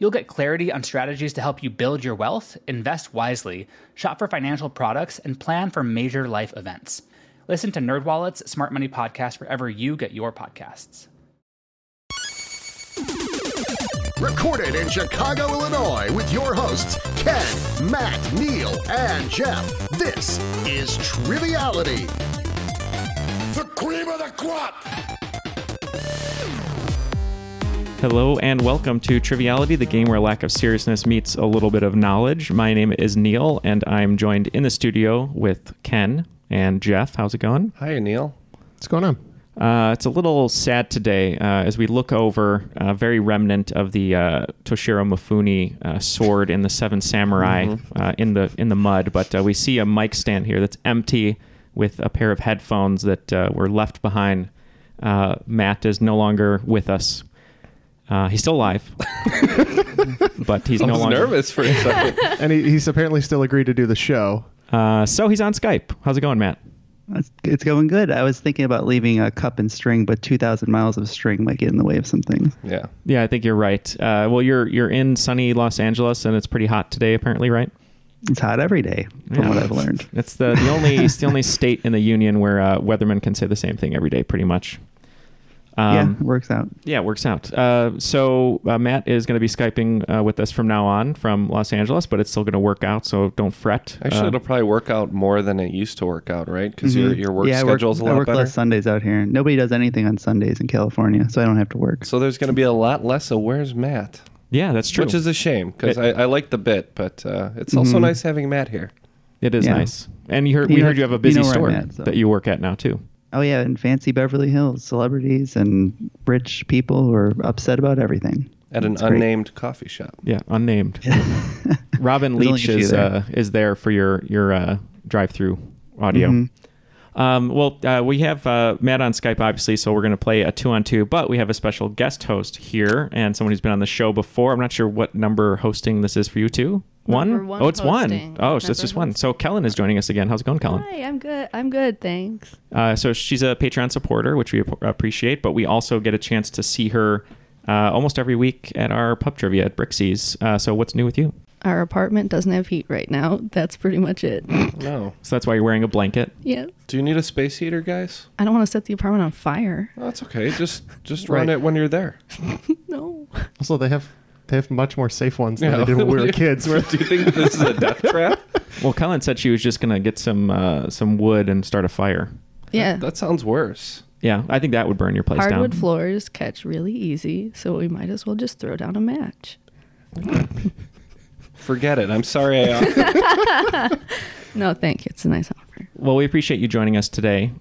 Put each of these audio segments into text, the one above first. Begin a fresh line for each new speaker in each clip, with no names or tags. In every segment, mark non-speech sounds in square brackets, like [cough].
You'll get clarity on strategies to help you build your wealth, invest wisely, shop for financial products, and plan for major life events. Listen to NerdWallet's Smart Money Podcast wherever you get your podcasts.
Recorded in Chicago, Illinois, with your hosts, Ken, Matt, Neil, and Jeff. This is Triviality. The cream of the crop!
Hello and welcome to Triviality, the game where lack of seriousness meets a little bit of knowledge. My name is Neil, and I'm joined in the studio with Ken and Jeff. How's it going?
Hi, Neil.
What's going on?
Uh, it's a little sad today uh, as we look over a very remnant of the uh, Toshiro Mifune uh, sword in the Seven Samurai
Mm-hmm.
uh, in the in the mud. But uh, we see a mic stand here that's empty with a pair of headphones that uh, were left behind. Uh, Matt is no longer with us. Uh, he's still
[laughs]
alive, but he's
I
no
was
longer.
nervous for a second.
And he, he's apparently still agreed to do the show.
Uh, so he's on Skype. How's it going, Matt?
It's, it's going good. I was thinking about leaving a cup and string, but 2,000 miles of string might get in the way of something.
[laughs] yeah.
Yeah, I think you're right. Uh, well, you're you're in sunny Los Angeles, and it's pretty hot today, apparently, right?
It's hot every day, from
Yeah.
what I've learned.
It's the, the only it's the only state in the union where uh, weathermen can say the same thing every day, pretty much.
yeah,
Um,
it works out.
yeah, it works out. Uh, so uh, Matt is going to be skyping uh, with us from now on from Los Angeles, but it's still going to work out. So don't fret.
Actually,
Uh, Mm-hmm.
it'll probably work out more than it used to work out, right? Because your, your work
yeah, I work-
schedule's
I
a lot
work
better.
less Sundays out here. Nobody does anything on Sundays in California, so I don't have to work.
so there's going to be a lot less of where's Matt,
yeah, that's true.
which is a shame because I,
It- Mm-hmm.
I like the bit, but uh, it's also nice having Matt here.
it is
yeah.
nice. And you heard,
You
we
know-
heard you have a
you
busy
know
store
where I'm at, so.
that you work at now too.
Oh, yeah, in fancy Beverly Hills, celebrities and rich people who are upset about everything.
At an
It's great.
unnamed coffee shop.
Yeah, unnamed. Robin
[laughs] There's only
Leach
a few
is
there.
Uh, is there for your your uh, drive through audio.
Mm-hmm.
Um, well, uh, we have uh, Matt on Skype, obviously, so we're going to play a two on two. But we have a special guest host here and someone who's been on the show before. I'm not sure what number hosting this is for you two. One?
Number one
oh, it's
hosting.
one. Oh, so it's
Number
just one.
host.
So Kellen is joining us again. How's it going, Kellen?
Hi, I'm good. I'm good, thanks.
Uh, so she's a Patreon supporter, which we ap- appreciate, but we also get a chance to see her uh, almost every week at our pub trivia at Brixie's. Uh, so what's new with you?
Our apartment doesn't have heat right now. That's pretty much [laughs] it.
No.
So that's why you're wearing a blanket.
yes.
Do you need a space heater, guys?
I don't want to set the apartment on fire.
No, Oh, that's okay. Just just
Right.
run it when you're there.
No.
Also, they have they have much more safe ones than
Yeah.
they did when we
[laughs]
were kids. Where
Do you think this is
[laughs]
a death trap?
Well, Kellen said she was just gonna get some uh, some wood and start a fire. Uh.
Yeah.
That sounds worse.
Yeah, I think that would burn your place
Hardwood
down.
floors catch really easy, so we might as well just throw down a match.
Forget it. I'm sorry I offered.
[laughs]
No, thank you. It's a nice offer.
Well, we appreciate you joining us today.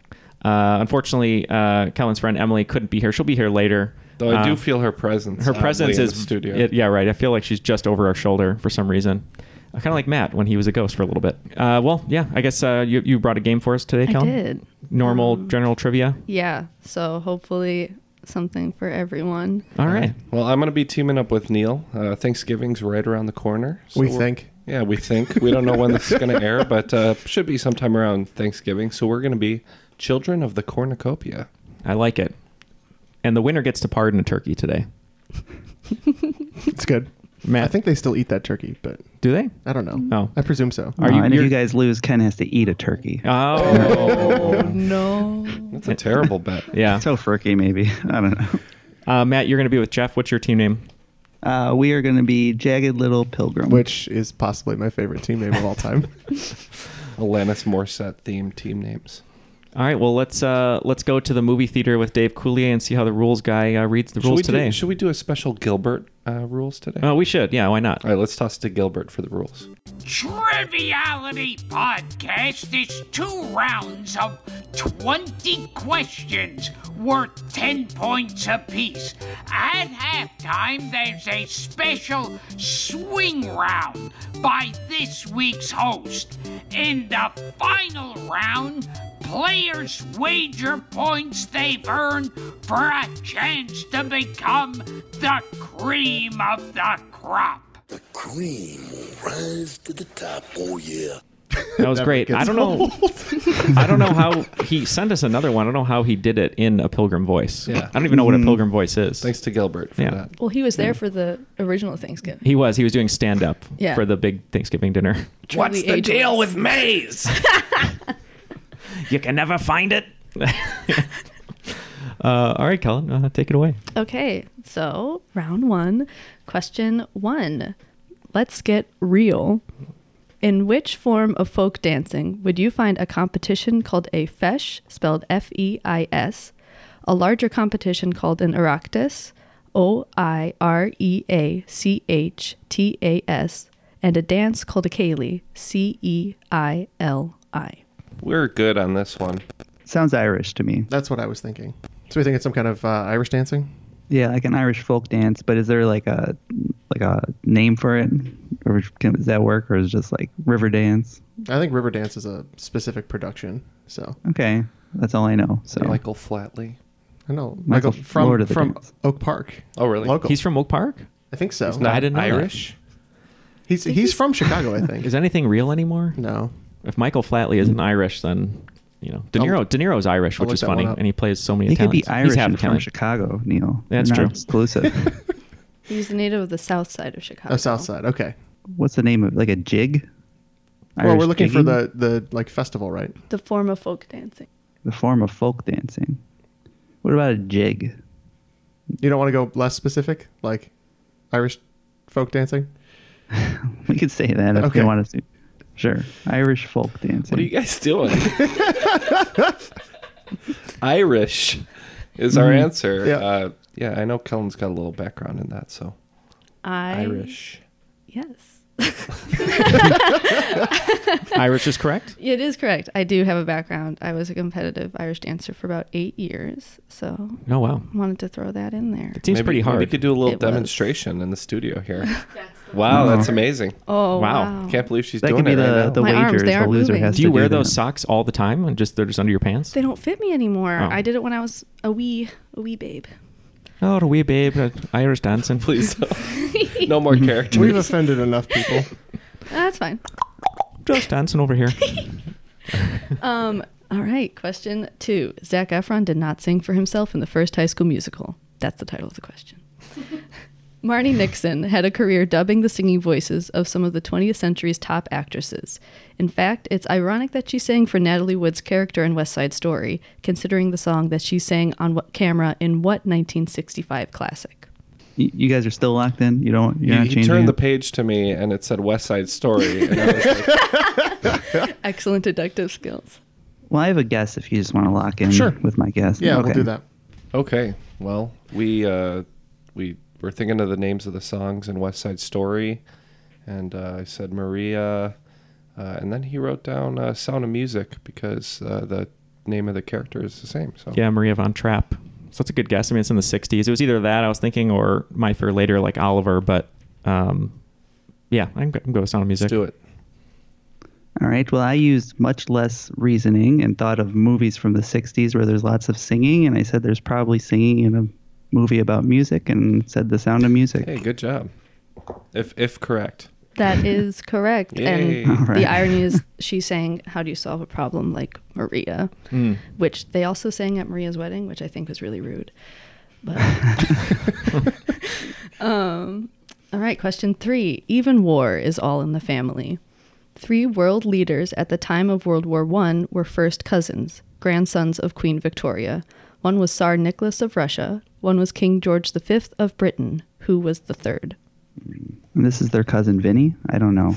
Uh, unfortunately, uh, Kellen's friend Emily couldn't be here. She'll be here later.
Though I
Uh,
do feel her presence.
her
oddly
presence
in
is
the studio.
it- yeah, right. I feel like she's just over our shoulder for some reason. Kind of like Matt when he was a ghost for a little bit. Uh, well, yeah, I guess uh, you you brought a game for us today,
I
Kellen.
did. Um,
Normal general trivia.
Yeah. So hopefully something for everyone.
All right.
Well, I'm going to be teaming up with Neil. Uh, Thanksgiving's right around the corner. so
we
we're-
think
Yeah, we think. We don't know when this is going
[laughs]
to air, but uh, should be sometime around Thanksgiving. So we're going to be children of the cornucopia.
I like it. And the winner gets to pardon a turkey today.
it's good.
Matt,
I Mm-hmm. think they still eat that turkey, but
do they?
I don't know.
Oh.
I presume so.
Are
No,
you-
and if
you're-
you guys lose, Ken has to eat a turkey.
Oh.
No.
That's a terrible bet.
[laughs] yeah.
So furky, maybe. [laughs] I don't know.
Uh, Matt, you're going to be with Jeff. What's your team name?
Uh, we are going to be Jagged Little Pilgrim.
which is possibly my favorite team name of all time.
Alanis Morissette themed team names.
All right, well let's uh, let's go to the movie theater with Dave Coulier and see how the rules guy uh, reads the
Should
rules
we,
today.
do, should we do a special Gilbert uh, rules today?
Oh, we should. Yeah, why not?
All right, let's toss to Gilbert for the rules.
Triviality Podcast is two rounds of 20 questions worth 10 points apiece. At halftime, there's a special swing round by this week's host. In the final round, players wager points they've earned for a chance to become the cream of the crop.
[laughs] Cream will rise to the top, oh yeah.
That was great. I don't know. [laughs] I don't know how he sent us another one. I don't know how he did it in a pilgrim voice.
Yeah.
I don't even know what a pilgrim voice is.
Thanks to Gilbert for
Yeah.
that.
Well, he was there for the original Thanksgiving.
He was. He was doing stand up
Yeah.
for the big Thanksgiving dinner.
What's the deal with
You can never find [laughs] it. uh, all right, Colin, uh, take it away.
Okay, so round one, question one. Let's get real. In which form of folk dancing would you find a competition called a fesh, spelled F E I S, a larger competition called an Oireachtas, O I R E A C H T A S, and a dance called a Cayley, C E I L I?
We're good on this one.
Sounds Irish to me.
That's what I was thinking. So we think it's some kind of uh, Irish dancing.
Yeah, like an Irish folk dance. But is there like a like a name for it, or can, does that work, or is it just like river dance?
I think river dance is a specific production. So
Okay, that's all I know. So
Michael Flatley.
I know Michael,
Michael
from
Lord of the
from
Dance.
Oak Park.
Oh, really?
Local.
He's from Oak Park.
I think so. He's,
I didn't know that.
Irish.
he's, from Chicago. I think.
Is anything real anymore?
no. Mm.
If Michael Flatley isn't Irish, then you know De Niro. De Niro's Irish, which
look
is
that one
funny,
up.
and he plays so many.
he could be
talents.
Irish
He's half
and from
Italian.
Chicago, Neil. They're
That's
not
true.
[laughs]
Exclusive.
He's a native of the south side of Chicago.
Oh, South Side. Okay.
What's the name of like a jig?
well,
Irish
we're looking for
jigging?
the the like festival, right?
The form of folk dancing.
the form of folk dancing. What about a jig?
You don't want to go less specific, like Irish folk dancing.
[laughs] We could say that if
Okay.
you want us to. Sure, Irish folk dancing.
What are you
[laughs]
guys doing? Irish is our answer.
Mm. Yeah.
Uh, yeah, I know Kellen's got a little background in that, so
I,
Irish.
Yes.
Irish is correct.
It is correct. I do have a background. I was a competitive Irish dancer for about eight years, so
Oh wow,
I wanted to throw that in there.
it seems
maybe,
pretty hard.
Maybe you could do a little
It was.
demonstration in the studio
[laughs]
here. wow, that's amazing.
Oh
Wow.
wow!
Can't believe she's
that
doing
could be
it right
the,
now.
the
[laughs] My arms,
wagers.
they
the
aren't
loser
moving.
has
do
to
you wear
that.
those socks all the time, and just they're just under your pants?
They don't fit me anymore.
Oh.
I did it when I was a wee, a wee babe.
Oh, the wee babe, uh, Irish dancing.
[laughs]
Please, no
[laughs]
more characters.
We've offended enough people.
That's fine.
just dancing over
[laughs]
here.
All right. Question two: Zach Efron did not sing for himself in the first High School Musical. That's the title of the [laughs] question. Marnie Nixon had a career dubbing the singing voices of some of the 20th century's top actresses. In fact, it's ironic that she sang for Natalie Wood's character in West Side Story, considering the song that she sang on what camera in what 1965 classic?
You, you guys are still locked in. You don't. You're
You,
not
he
changing.
turned the
it?
page to me and it said West Side Story,
[laughs]
and I was like,
Excellent deductive skills.
well, I have a guess. If you just want to lock in,
Sure.
with my guess.
Yeah,
okay.
we'll do that.
okay, well, we uh, we were thinking of the names of the songs in West Side Story, and uh, I said Maria, uh, and then he wrote down uh, Sound of Music because uh, the name of the character is the same. So
Yeah, Maria von Trapp. So that's a good guess. I mean, it's in the '60s. It was either that I was thinking, or My Fair Later, like Oliver. But um, yeah, I'm, go- I'm going with Sound of Music.
let's do it.
All right. Well, I used much less reasoning and thought of movies from the '60s where there's lots of singing, and I said there's probably singing in a movie about music, and said The Sound of Music.
Hey, good job. If if correct,
That is correct.
Yay.
And
All right.
the irony is she sang How Do You Solve a Problem Like Maria, which they also sang at Maria's wedding, which I think was really rude. But [laughs] um, all right, question three. Even war is all in the family. Three world leaders at the time of World War One were first cousins, grandsons of Queen Victoria. One was Tsar Nicholas of Russia. One was King George V of Britain, who was the third.
And this is their cousin Vinny. I don't know.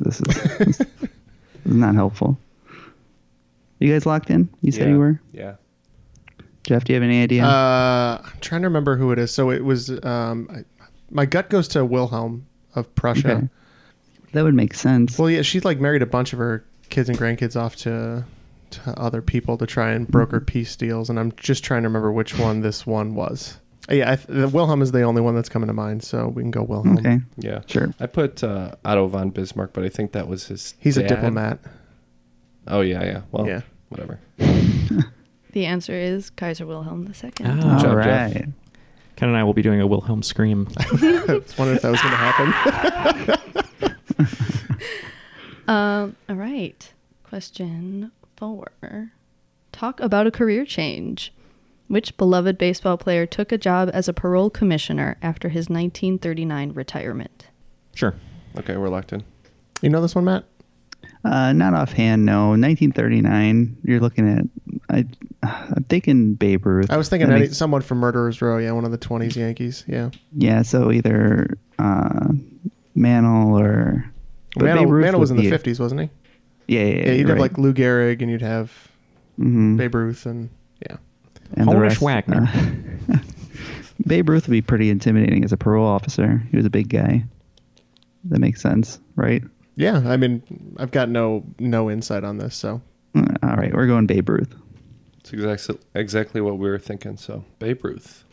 This is, this is not helpful. You guys locked in? You said
Yeah.
you were.
Yeah.
Jeff, do you have any idea?
Uh, I'm trying to remember who it is. So it was. Um, I, my gut goes to Wilhelm of Prussia.
Okay. that would make sense.
Well, yeah, she's like married a bunch of her kids and grandkids off to to other people to try and broker peace deals, and I'm just trying to remember which one this one was. Uh, Yeah, I th- the Wilhelm is the only one that's coming to mind, so we can go Wilhelm.
okay.
Yeah.
Sure.
I put uh, Otto von Bismarck, but I think that was his.
He's a
dad.
diplomat.
Oh yeah, yeah. Well,
Yeah.
whatever.
The answer is Kaiser Wilhelm II.
Ah.
All
job,
right.
Jeff.
Ken and I will be doing a Wilhelm
[laughs]
scream.
I was wondering if that was going to happen.
[laughs] Um, all right. Question four. Talk about a career change. Which beloved baseball player took a job as a parole commissioner after his 1939 retirement?
Sure.
Okay, we're locked in.
you know this one, Matt?
Uh, not offhand, no. 1939. You're looking at. I, I'm thinking Babe Ruth.
I was thinking
That
any,
makes-
someone from Murderers Row. Yeah, one of the 20s Yankees. Yeah.
yeah. So either uh, Mantle or. but
Mantle,
Babe Ruth
Mantle was in
would
the
be-
50s, wasn't he?
Yeah, yeah, yeah.
Yeah, you'd
you're
have
right.
like Lou Gehrig and you'd have
Mhm.
Babe Ruth and yeah.
and the
Hornish
rest,
Wagner.
uh, [laughs] Babe Ruth would be pretty intimidating as a parole officer. He was a big guy. That makes sense, right?
Yeah, I mean, I've got no no insight on this, so
Uh, All right, we're going Babe Ruth.
It's exactly exactly what we were thinking. So Babe Ruth.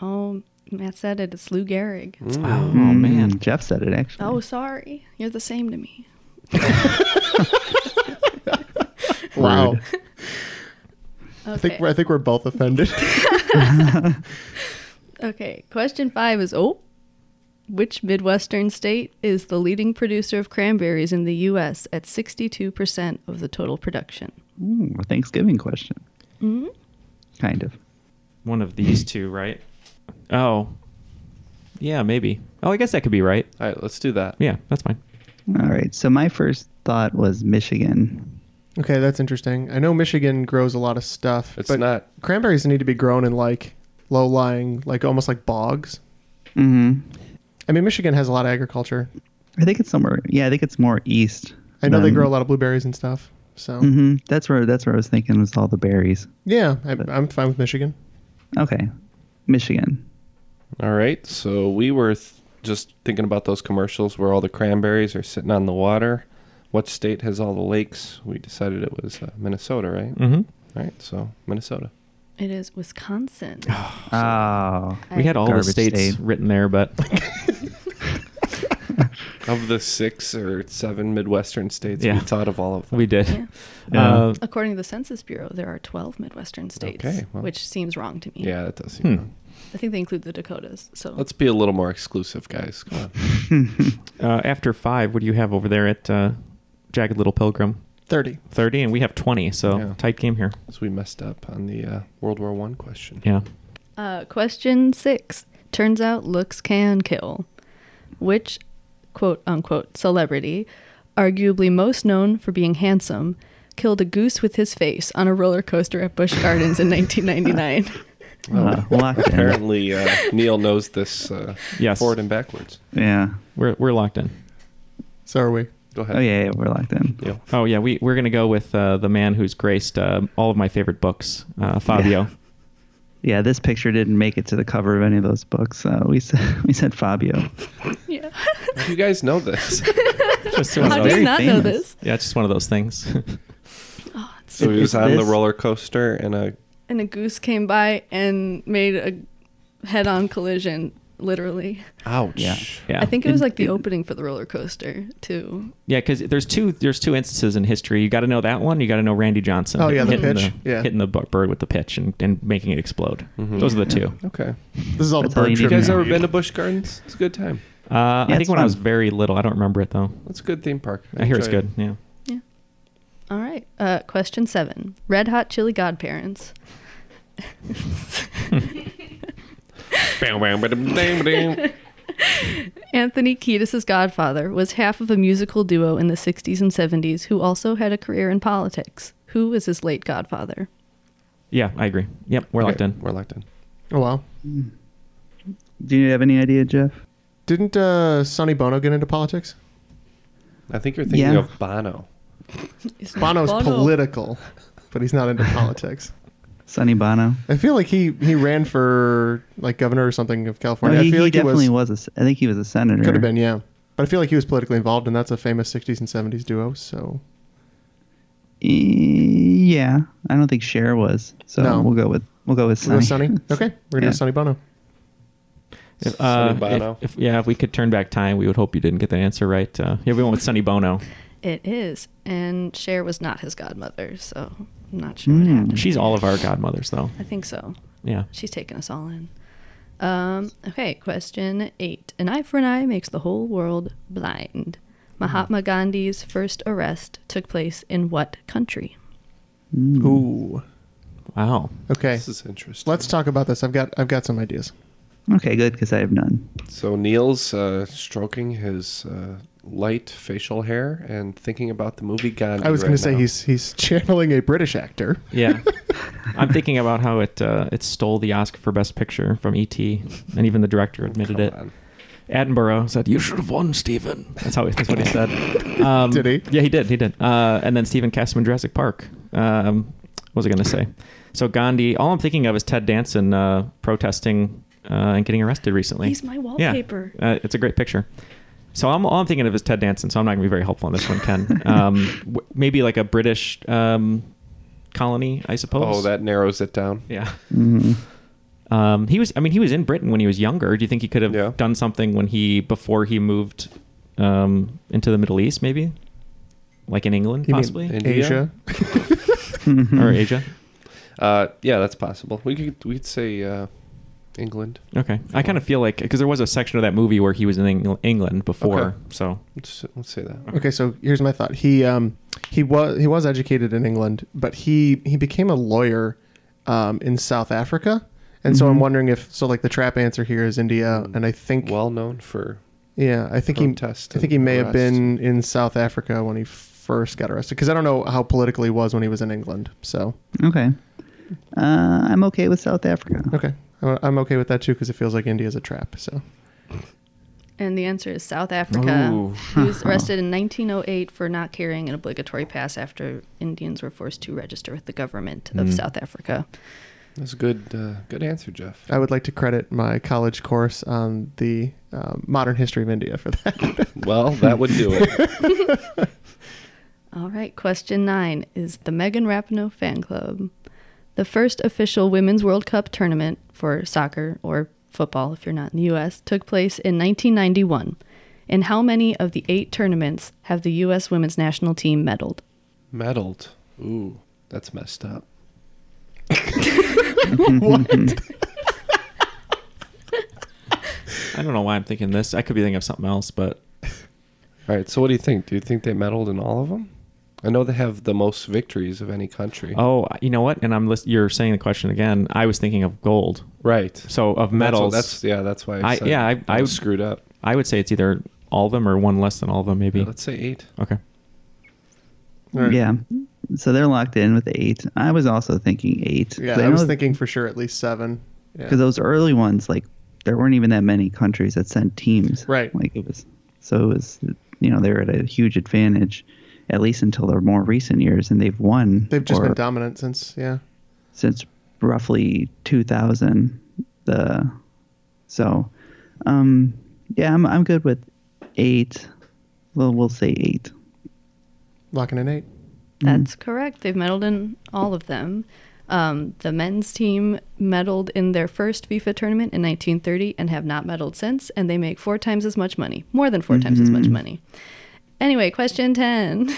Mm.
Oh, Matt said it. It's Lou Gehrig.
Oh man.
Mm, Jeff said it actually.
Oh, sorry. You're the same to me.
wow. I think we're, I think we're both offended.
Okay, question five is oh, which Midwestern state is the leading producer of cranberries in the U.S. at 62% of the total production?
Ooh, a Thanksgiving question. Kind of.
One of these two, right? Oh. Yeah, maybe. Oh, I guess that could be right.
All right, let's do that.
Yeah, that's fine.
All right. So my first thought was Michigan.
okay, that's interesting. I know Michigan grows a lot of stuff,
It's
but
not.
cranberries need to be grown in like low-lying, like almost like bogs.
hmm
I mean, Michigan has a lot of agriculture.
I think it's somewhere. Yeah, I think it's more east.
I know they
than-
grow a lot of blueberries and stuff. So
Mhm, That's where that's where I was thinking was all the berries.
yeah, I, I'm fine with Michigan.
Okay, Michigan.
All right. So we were th- just thinking about those commercials where all the cranberries are sitting on the water. What state has all the lakes? We decided it was uh, Minnesota, right?
Mm.
Mm-hmm.
All right. So Minnesota.
It
[laughs]
is Wisconsin.
Oh,
We had all the
Garbage
states
state.
written there, but [laughs]
Of the six or seven Midwestern states,
Yeah.
we thought of all of them.
we did.
Yeah.
Uh,
According to the Census Bureau, there are 12 Midwestern states,
Okay, well.
which seems wrong to me.
Yeah, Oh, that does seem. wrong.
I think they include the Dakotas. So
Let's be a little more exclusive, guys. Come on.
uh, after five, what do you have over there at uh, Jagged Little Pilgrim?
Thirty.
30, and we have 20, so
Yeah.
tight game here.
So we messed up on the uh, World War
[laughs]
One question.
Yeah.
Uh, question six. Turns out looks can kill. Which quote unquote celebrity, arguably most known for being handsome, killed a goose with his face on a roller coaster at Busch Gardens in [laughs] 1999?
Oh.
Uh, locked in.
[laughs] Apparently, uh, Neil knows this uh,
Yes.
forward and backwards.
Yeah.
We're, we're locked in.
So are we?
Go ahead.
Oh yeah, yeah, we're locked in.
Neil. [laughs]
Oh, yeah. We, we're going to go with uh, the man who's graced uh, all of my favorite books, uh, Fabio.
Yeah, this picture didn't make it to the cover of any of those books. Uh, we said [laughs] we said Fabio.
yeah.
You guys
[laughs]
know this.
Just one
How
of
do
those.
very
you not know
famous.
this?
Yeah, it's just one of those things. [laughs]
So he was
Is
on the
this-
roller coaster, and a
And a goose came by and made a head on collision, literally.
ouch.
Yeah.
yeah.
I think it was like the opening for the roller coaster, too.
Yeah, because there's two there's two instances in history. You got to know that one. You got to know Randy Johnson.
Oh, yeah, the
hitting
pitch.
The,
Yeah.
hitting the bu- bird with the pitch and, and making it explode. Those are the two.
Okay.
This is all
That's
the
all
bird
you need
trivia.
to
You guys
Yeah.
ever been to Busch Gardens? It's a good time.
Uh, I
Yeah,
think
it's
when I
fun.
was very little, I don't remember it though.
It's a good theme park.
I hear it's
enjoy it.
good. Yeah.
All right. Uh, question seven Red Hot Chili Godparents.
Bam, bam, ba-dum, bam, bam.
Anthony Kiedis' godfather was half of a musical duo in the 60s and 70s who also had a career in politics. Who was his late godfather?
Yeah, I agree. Yep, we're locked
Okay,
in.
We're locked in.
Oh wow!
Do you have any idea, Jeff?
Didn't uh, Sonny Bono get into politics?
I think you're thinking
Yeah.
of Bono.
Bono's
Bono.
political, but he's not into politics.
Sonny Bono.
I feel like he he ran for like governor or something of
No,
California.
he,
I feel
he
like
definitely
he was
was. a s I think he was a senator.
could have been yeah, but I feel like he was politically involved, and that's a famous '60s and '70s duo. So
E- yeah, I don't think Cher was. So
No.
we'll go with we'll go with
we're
Sonny.
gonna Sonny.
[laughs]
Okay, we're gonna
Yeah.
do Sonny Bono.
If,
Sonny
uh,
Bono.
If, if- yeah, if we could turn back time, we would hope you didn't get the answer right. Uh, yeah, we went with Sonny Bono.
It is. And Cher was not his godmother, so I'm not sure what happened.
She's all of our godmothers, though.
I think so.
Yeah.
She's taking us all in. Um, okay, question eight. An eye for an eye makes the whole world blind. Mahatma Gandhi's first arrest took place in what country?
Ooh.
Wow.
Okay,
This is interesting.
let's talk about this. I've got I've got some ideas.
Okay, good because I have none.
So Neil's uh, stroking his uh, light facial hair and thinking about the movie Gandhi.
I was
right
gonna say
now.
he's he's [laughs] channeling a British actor.
[laughs]
Yeah. I'm thinking about how it uh, it stole the Oscar for Best Picture from E.T. and even the director admitted
Come
it.
on.
Attenborough said, "You should have won, Stephen." That's how that's what he said. Um,
Did he?
Yeah, he did. He did. Uh, and then Stephen Castman, Jurassic Park. Um, what was I going to say? So Gandhi. All I'm thinking of is Ted Danson uh, protesting uh, and getting arrested recently.
He's my
Yeah.
wallpaper.
Uh, it's a great picture. So I'm, all I'm thinking of is Ted Danson. So I'm not going to be very helpful on this one, Ken. Um, [laughs] w- maybe like a British um, colony, I suppose.
Oh, that narrows it down.
Yeah. Um, he was. I mean, he was in Britain when he was younger. Do you think he could have
Yeah.
done something when he before he moved um, into the Middle East, maybe, like in England,
You mean
possibly,
in-
Asia.
India?
or Asia?
Uh, yeah, that's possible. We could we could say uh, England.
Okay. I kind of feel like because there was a section of that movie where he was in Eng- England before.
Okay.
So
Let's, let's say that.
Okay, so here's my thought. He um he was he was educated in England, but he he became a lawyer um in South Africa. And so I'm wondering if so like the trap answer here is India and I think
Well known for
yeah, I think he I
protest
think he
and
may have
arrest.
been in South Africa when he first got arrested because I don't know how political he was when he was in England. So,
Okay, uh, I'm okay with South Africa.
okay. I- I'm okay with that too because it feels like India is a trap. So,
And the answer is South Africa.
Ooh.
He was arrested in 1908 for not carrying an obligatory pass after Indians were forced to register with the government of South Africa.
That's a good uh, good answer, Jeff.
I would like to credit my college course on the um, modern history of India for that.
Well, that would do
[laughs]
it.
All right, question nine is the Megan Rapinoe fan club. The first official Women's World Cup tournament for soccer or football, if you're not in the U.S., took place in 1991. In how many of the eight tournaments have the U.S. women's national team medaled?
Meddled. Ooh, that's messed up.
I don't know why I'm thinking this. I could be thinking of something else, but
All right. So, what do you think? Do you think they meddled in all of them? I know they have the most victories of any country.
oh, you know what? And I'm list- you're saying the question again. I was thinking of gold.
right.
So of
That's what-
medals,
That's, yeah. That's why. I,
I-
said
yeah, I-
that
I-
was screwed up.
I would say it's either all of them or one less than all of them, maybe.
Let's say eight.
okay.
Yeah, so they're locked in with eight. I was also thinking eight.
yeah,
'Cause
I was
know-
thinking for sure at least 7. Yeah.
because those early ones like there weren't even that many countries that sent teams
Right.
like it was so it was you know they were at a huge advantage at least until the more recent years and they've won
They've just
or
been dominant since, yeah.
since roughly 2000 the so um yeah i'm, I'm good with eight well we'll say eight
Locking in eight.
Mm-hmm.
That's correct. They've medaled in all of them. Um, the men's team medaled in their first FIFA tournament in 1930 and have not medaled since, and they make four times as much money, more than 4 times as
Mm-hmm.
much money. Anyway, question 10.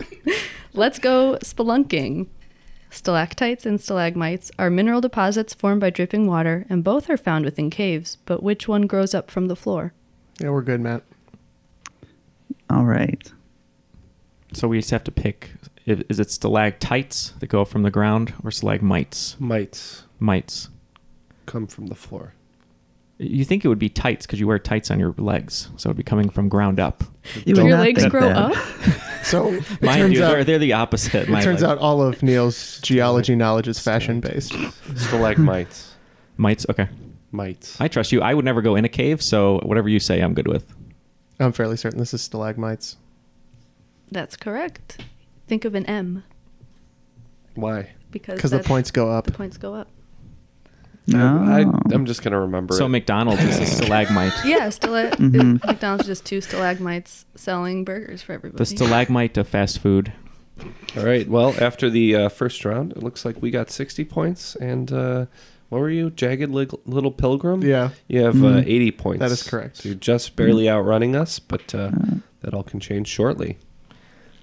[laughs]
Let's go spelunking. Stalactites and stalagmites are mineral deposits formed by dripping water, and both are found within caves, but which one grows up from the floor?
Yeah, we're good, Matt.
all right
So we just have to pick. i- Is it stalactites that go up from the ground or stalagmites?
Mites
Mites.
come from the floor.
You think it would be tights because you wear tights on your legs, so it'd be coming from ground up.
You would
Do your
not
legs
think
grow
that.
up?
So it
Mind
turns
you,
out,
they're, they're the opposite.
it turns out all of Neil's geology knowledge is fashion based.
Stalagmites.
Mites. Okay.
Mites.
I trust you. I would never go in a cave, so whatever you say, I'm good with.
I'm fairly certain this is stalagmites.
That's correct. Think of an M
Why?
because
Because the
that's-
points go up.
the points go up.
I,
No.
am just gonna remember
So
it.
McDonald's is
[laughs]
a stalagmite.
Yeah, stala- McDonald's just two stalagmites selling burgers for everybody.
The stalagmite of fast food.
All right. Well, after the uh, first round, it looks like we got 60 points. And uh, what were you, Jagged Lig- Little Pilgrim?
Yeah.
You have uh,
Mm-hmm.
80 points.
That is correct.
So you're just barely outrunning us, but uh, that all can change shortly.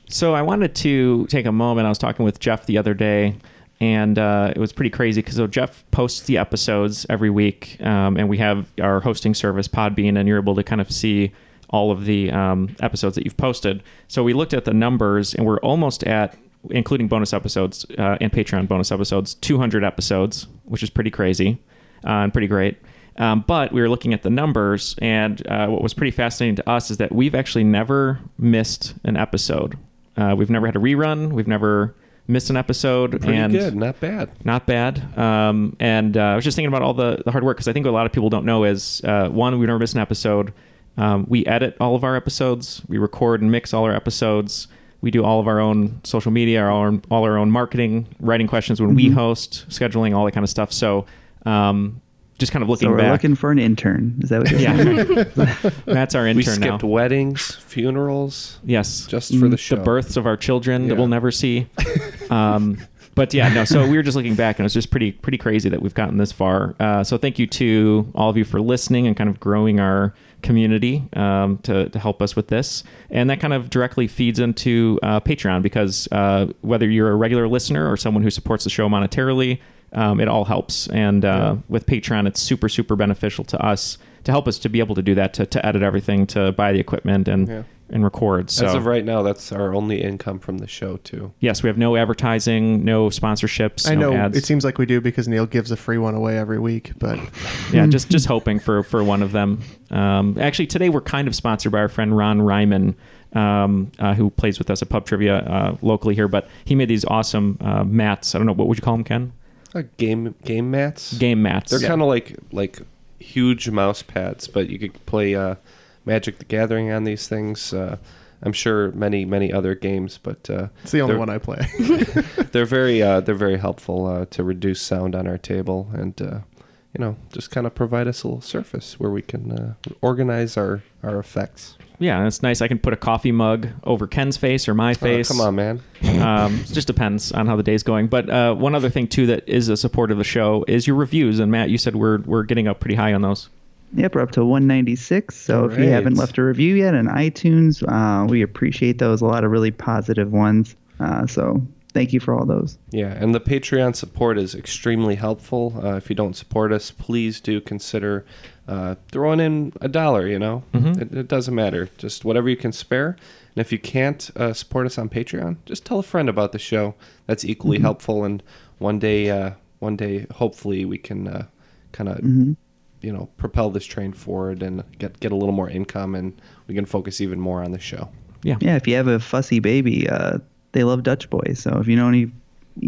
So I wanted to take a moment. I was talking with Jeff the other day, and uh, it was pretty crazy because so Jeff posts the episodes every week, um, and we have our hosting service Podbean, and you're able to kind of see all of the um, episodes that you've posted. So we looked at the numbers, and we're almost at, including bonus episodes uh, and Patreon bonus episodes, 200 episodes, which is pretty crazy uh, and pretty great. Um, but we were looking at the numbers, and uh, what was pretty fascinating to us is that we've actually never missed an episode. Uh, we've never had a rerun. We've never missed an episode.
Pretty
and
good. Not bad.
not bad. Um, and uh, I was just thinking about all the, the hard work because I think what a lot of people don't know is uh, one, we never miss an episode. Um, we edit all of our episodes. We record and mix all our episodes. We do all of our own social media, our own, all our own marketing, writing questions when we
Mm-hmm.
host, scheduling, all that kind of stuff. So um, just kind of looking
So we're
back.
looking for an intern. Is that what you're saying?
[laughs] yeah.
[laughs]
Matt's our intern
We skipped
now.
weddings, funerals,
Yes.
just for the show.
the births of our children that
Yeah.
we'll never
[laughs]
see. Um, but yeah, no. So we were just looking back, and it's just pretty pretty crazy that we've gotten this far. Uh, so thank you to all of you for listening and kind of growing our community um, to to help us with this, and that kind of directly feeds into uh, Patreon because uh, whether you're a regular listener or someone who supports the show monetarily. Um, it all helps, and uh, with Patreon, it's super, super beneficial to us to help us to be able to do that, to, to edit everything, to buy the equipment, and
Yeah.
and record. So
As of right now, that's our only income from the show, too.
Yes, we have no advertising, no sponsorships,
I
no
know
ads.
it seems like we do because Neil gives a free one away every week, but
yeah, just just hoping for for one of them. Um, actually, today we're kind of sponsored by our friend Ron Ryman, um, uh, who plays with us at Pub Trivia uh, locally here. But he made these awesome uh, mats. I don't know what would you call them, Ken?
Uh, game game mats.
Game mats.
They're kind of like like huge mouse pads, but you could play uh, Magic the Gathering on these things. Uh, I'm sure many many other games, but uh,
it's the only
they're,
one I play.
[laughs]
[laughs]
They're very uh, they're very helpful uh, to reduce sound on our table and uh, you know just kind of provide us a little surface where we can uh, organize our our effects.
yeah, and it's nice. I can put a coffee mug over Ken's face or my
Uh,
face.
come on, man.
um, it just depends on how the day's going. But uh, one other thing too that is a support of the show is your reviews. And Matt, you said we're we're getting up pretty high on those.
Yep, we're up to 196. So if
Alright.
you haven't left a review yet on iTunes, uh, we appreciate those. A lot of really positive ones. Uh, so thank you for all those.
Yeah, and the Patreon support is extremely helpful. Uh, if you don't support us, please do consider uh, throwing in a dollar. You know, it, it doesn't matter. Just whatever you can spare. And if you can't uh, support us on Patreon, just tell a friend about the show. That's equally helpful. And one day, uh, one day, hopefully, we can uh, kind of, you know, propel this train forward and get get a little more income, and we can focus even more on the show.
Yeah, if you have a fussy baby, uh, they love Dutch boys. So if you know any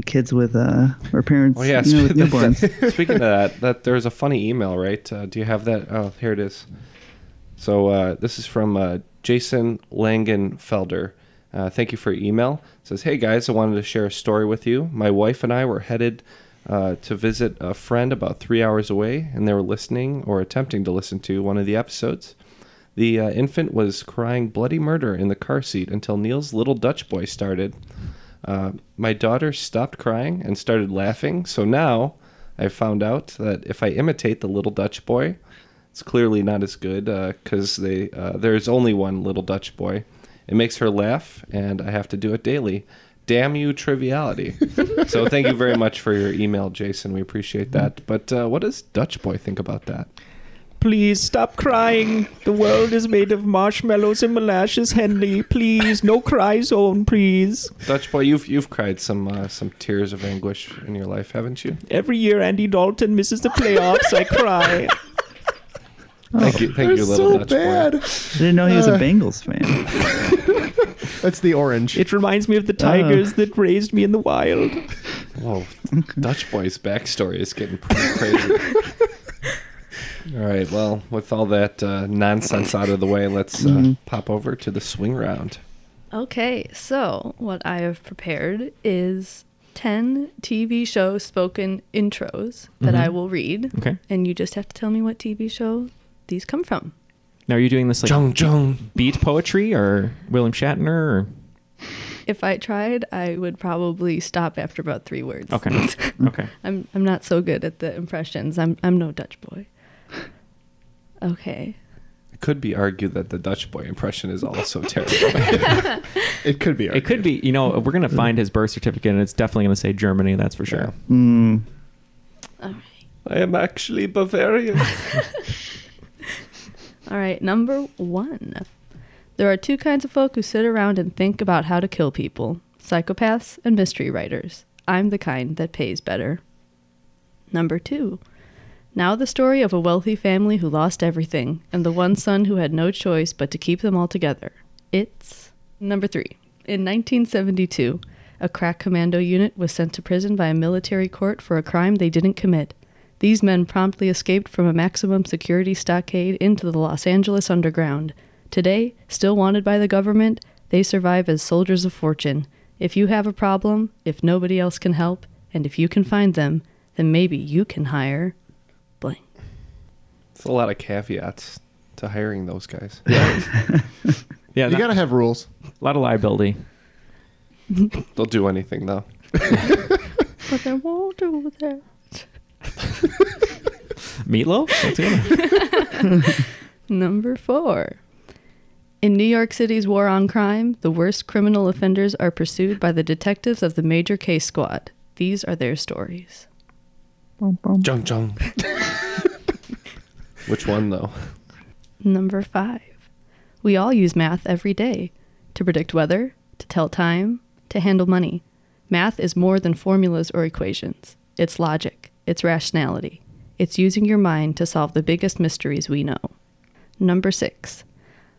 kids with uh, or parents
Oh yeah,
you
[laughs]
know, with
speaking of
newborns,
that- speaking of that, that there's a funny email, right? Uh, do you have that? Oh, here it is. So uh, this is from uh, Jason Langenfelder. Uh, thank you for your email. It says, "Hey guys, I wanted to share a story with you. My wife and I were headed uh, to visit a friend about three hours away, and they were listening or attempting to listen to one of the episodes. The uh, infant was crying bloody murder in the car seat until Neil's little Dutch boy started. Uh, my daughter stopped crying and started laughing. So now I found out that if I imitate the little Dutch boy, it's clearly not as good because they uh, there's only one little Dutch boy. It makes her laugh, and I have to do it daily. Damn you, triviality! so thank you very much for your email, Jason. We appreciate that. But uh, what does Dutch boy think about that?
Please stop crying. The world is made of marshmallows and molasses, Henry. Please, no cry zone, please.
Dutch boy, you've you've cried some uh, some tears of anguish in your life, haven't you?
Every year Andy Dalton misses the playoffs, I
[laughs]
cry.
Thank you, thank you, little Dutch boy. Uh.
I didn't know he was a Bengals fan.
That's the orange.
It reminds me of the tigers that raised me in the wild.
[laughs]
Whoa, Dutch Boy's backstory is getting pretty
[laughs]
crazy. all right, well, with all that uh, nonsense out of the way, let's uh,
Mm-hmm.
pop over to the swing round.
Okay, so what I have prepared is 10 TV show spoken intros that I will read.
Okay.
And you just have to tell me what TV show these come from.
Now, are you doing this like
Jung Jung.
beat poetry or William Shatner? Or...
If I tried, I would probably stop after about three words.
Okay.
Mm.
okay.
[laughs] I'm I'm not so good at the impressions. I'm I'm no Dutch boy. Okay.
It could be argued that the Dutch Boy impression is
[laughs]
also terrible.
It could be.
It could be, you know, we're going
Mm.
to find his birth certificate and it's definitely going to say Germany, that's for sure.
All right.
I am actually Bavarian.
All right, number one. There are two kinds of folk who sit around and think about how to kill people psychopaths and mystery writers. I'm the kind that pays better. Number two. Now, the story of a wealthy family who lost everything and the one son who had no choice but to keep them all together. It's. Number three. In 1972, a crack commando unit was sent to prison by a military court for a crime they didn't commit. These men promptly escaped from a maximum security stockade into the Los Angeles underground. Today, still wanted by the government, they survive as soldiers of fortune. If you have a problem, if nobody else can help, and if you can find them, then maybe you can hire blank.
It's a lot of caveats to hiring those guys.
Yeah,
You
not-
gotta have rules.
a lot of liability.
They'll do anything though.
But they won't do that.
Meatloaf? That's the other one.
Number four. In New York City's war on crime, the worst criminal offenders are pursued by the detectives of the Major Case Squad. These are their stories.
Jung Jung. Which one though?
Number five. We all use math every day to predict weather, to tell time, to handle money. Math is more than formulas or equations. It's logic, it's rationality. It's using your mind to solve the biggest mysteries we know. Number six.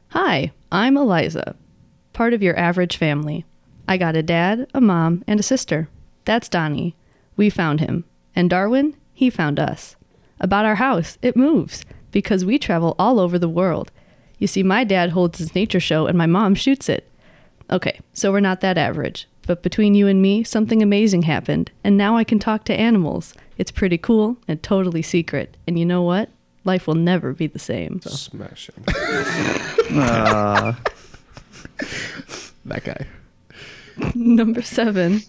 Hi, I'm Eliza, part of your average family. I got a dad, a mom, and a sister. That's Donnie. We found him. And Darwin, he found us. About our house, it moves because we travel all over the world. You see, my dad holds his nature show and my mom shoots it. Okay, so we're not that average. But between you and me, something amazing happened, and now I can talk to animals. It's pretty cool and totally secret. And you know what? Life will never be the same.
Smashing. Uh,
That guy.
[laughs] Number seven.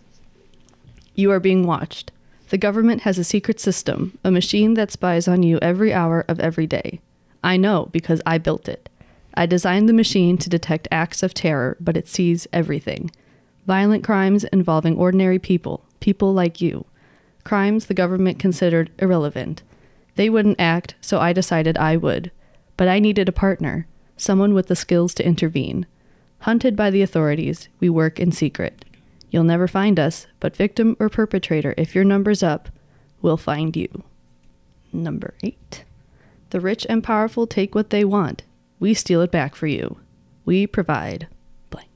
You are being watched. The government has a secret system, a machine that spies on you every hour of every day. I know because I built it. I designed the machine to detect acts of terror, but it sees everything violent crimes involving ordinary people, people like you, crimes the government considered irrelevant. They wouldn't act, so I decided I would. But I needed a partner, someone with the skills to intervene. Hunted by the authorities, we work in secret. You'll never find us, but victim or perpetrator, if your number's up, we'll find you. Number eight. The rich and powerful take what they want. We steal it back for you. We provide blank.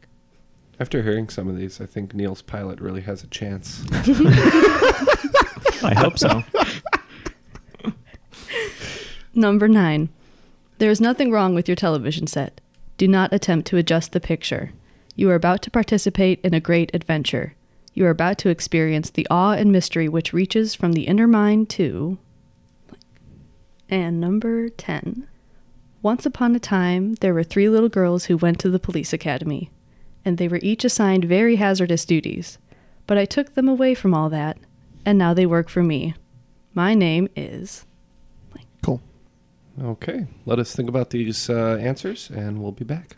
After hearing some of these, I think Neil's pilot really has a chance.
I hope
[laughs]
so.
Number nine. There is nothing wrong with your television set. Do not attempt to adjust the picture. You are about to participate in a great adventure. You are about to experience the awe and mystery which reaches from the inner mind to. And number 10. Once upon a time, there were three little girls who went to the police academy, and they were each assigned very hazardous duties. But I took them away from all that, and now they work for me. My name is.
Cool.
Okay, let us think about these uh, answers, and we'll be back.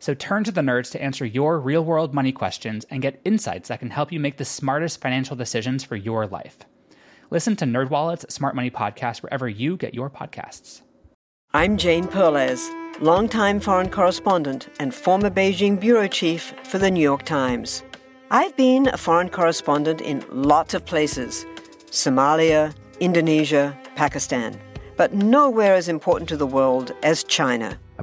So turn to the nerds to answer your real world money questions and get insights that can help you make the smartest financial decisions for your life. Listen to NerdWallet's Smart Money Podcast wherever you get your podcasts.
I'm Jane Perlez, longtime foreign correspondent and former Beijing bureau chief for the New York Times. I've been a foreign correspondent in lots of places Somalia, Indonesia, Pakistan, but nowhere as important to the world as China.
I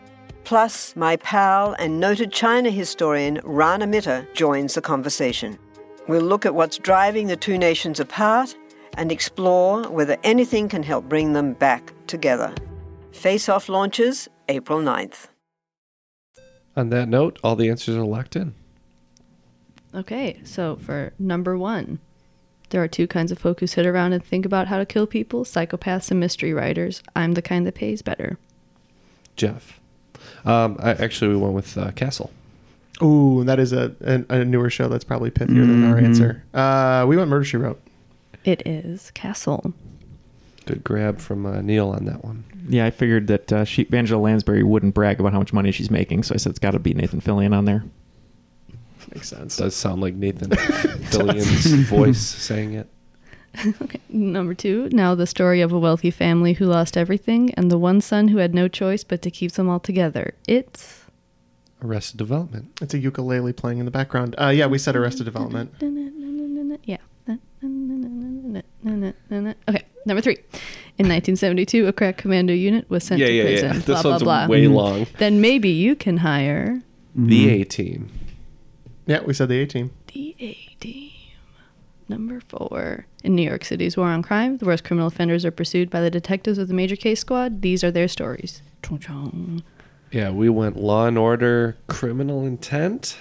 Plus, my pal and noted China historian Rana Mitter joins the conversation. We'll look at what's driving the two nations apart and explore whether anything can help bring them back together. Face Off launches April 9th.
On that note, all the answers are locked in.
Okay, so for number one, there are two kinds of folk who sit around and think about how to kill people psychopaths and mystery writers. I'm the kind that pays better.
Jeff. Um, I, actually, we went with uh, Castle.
Ooh, that is a, a, a newer show that's probably pithier than our answer. Uh, we went Murder She Wrote.
It is Castle.
Good grab from uh, Neil on that one.
Yeah, I figured that uh, she, Angela Lansbury wouldn't brag about how much money she's making, so I said it's got to be Nathan Fillion on there.
Makes sense. Does sound like Nathan
[laughs]
Fillion's voice saying it.
Number two, now the story of a wealthy family who lost everything and the one son who had no choice but to keep them all together. It's.
Arrested Development.
It's a ukulele playing in the background. Uh, yeah, we said Arrested Development.
Yeah. Okay, number three. In 1972, a crack commando unit was sent
Yeah,
to
yeah,
prison.
yeah. This
blah,
one's
blah, blah.
way long.
Then maybe you can hire
Hmm.
Hmm.
The A Team.
Yeah, we said the A team.
the A team. Number four. In New York City's war on crime, the worst criminal offenders are pursued by the detectives of the major case squad. These are their stories. Chung chung.
Yeah, we went Law and Order, Criminal Intent.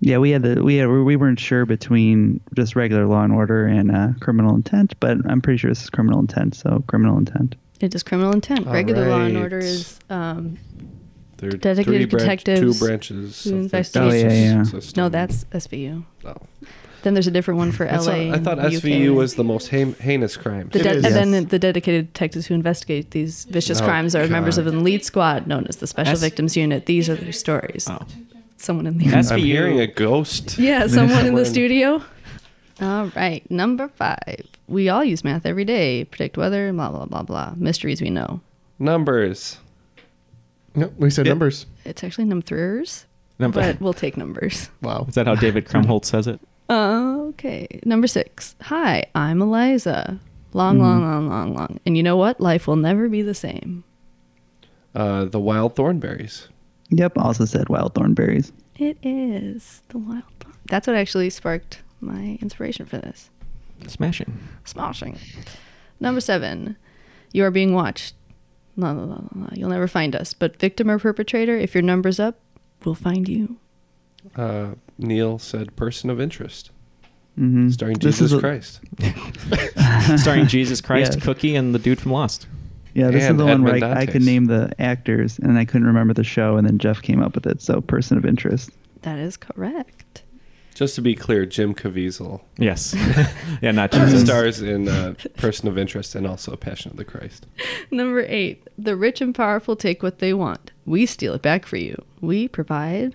Yeah, we had the we had, we weren't sure between just regular Law and Order and uh, Criminal Intent, but I'm pretty sure this is Criminal Intent, so Criminal Intent.
It is criminal intent. Regular law and
right.
order is um,
There are
Dedicated
three branch-
detectives
two branches.
who
of the
investigate.
Oh, yeah,
justice
yeah.
system.
no, that's SVU.
Oh.
Then there's a different one for
I
LA.
thought, I
and
thought
UK.
SVU was the most heim- heinous crime.
The
It
de-
is.
and
Yes.
then the dedicated detectives who investigate these vicious
Oh,
crimes are members of
God.
the lead squad known as the Special
S-
Victims Unit. These are their stories.
Oh.
Oh.
Someone in the
S-
I'm
SVU.
hearing a ghost.
yeah, someone in
Someone-
the studio. All right, number five. We all use math every day. Predict weather, blah blah blah blah. Mysteries we know.
Numbers.
No, we said numbers.
It's actually numbers,
Number-
but we'll take numbers.
Wow.
Is that how David Krumholtz says it?
Okay, number six. Hi, I'm Eliza. Long, long, long, long, long. And you know what? Life will never be the same.
Uh, the Wild Thornberries.
Yep, also said Wild Thornberries.
It is the wild. thorn- That's what actually sparked my inspiration for this.
Smashing.
Smashing. Number seven. You are being watched. La la la la. la. You'll never find us. But victim or perpetrator, if your number's up, we'll find you.
Uh, Neil said Person of Interest.
Mm-hmm.
Starring
This is
Jesus
a-
Christ.
Starring Jesus Christ,
Yes.
Cookie, and the dude from Lost.
Yeah, this is
And
the one where
Edmond
I, I could
Dantes.
name the actors and I couldn't remember the show, and then Jeff came up with it. So, Person of Interest.
That is correct.
Just to be clear, Jim Caviezel
[laughs] Yes. yeah, not Jesus.
stars in uh, Person of Interest and also Passion of the Christ.
Number eight. The rich and powerful take what they want. We steal it back for you. We provide.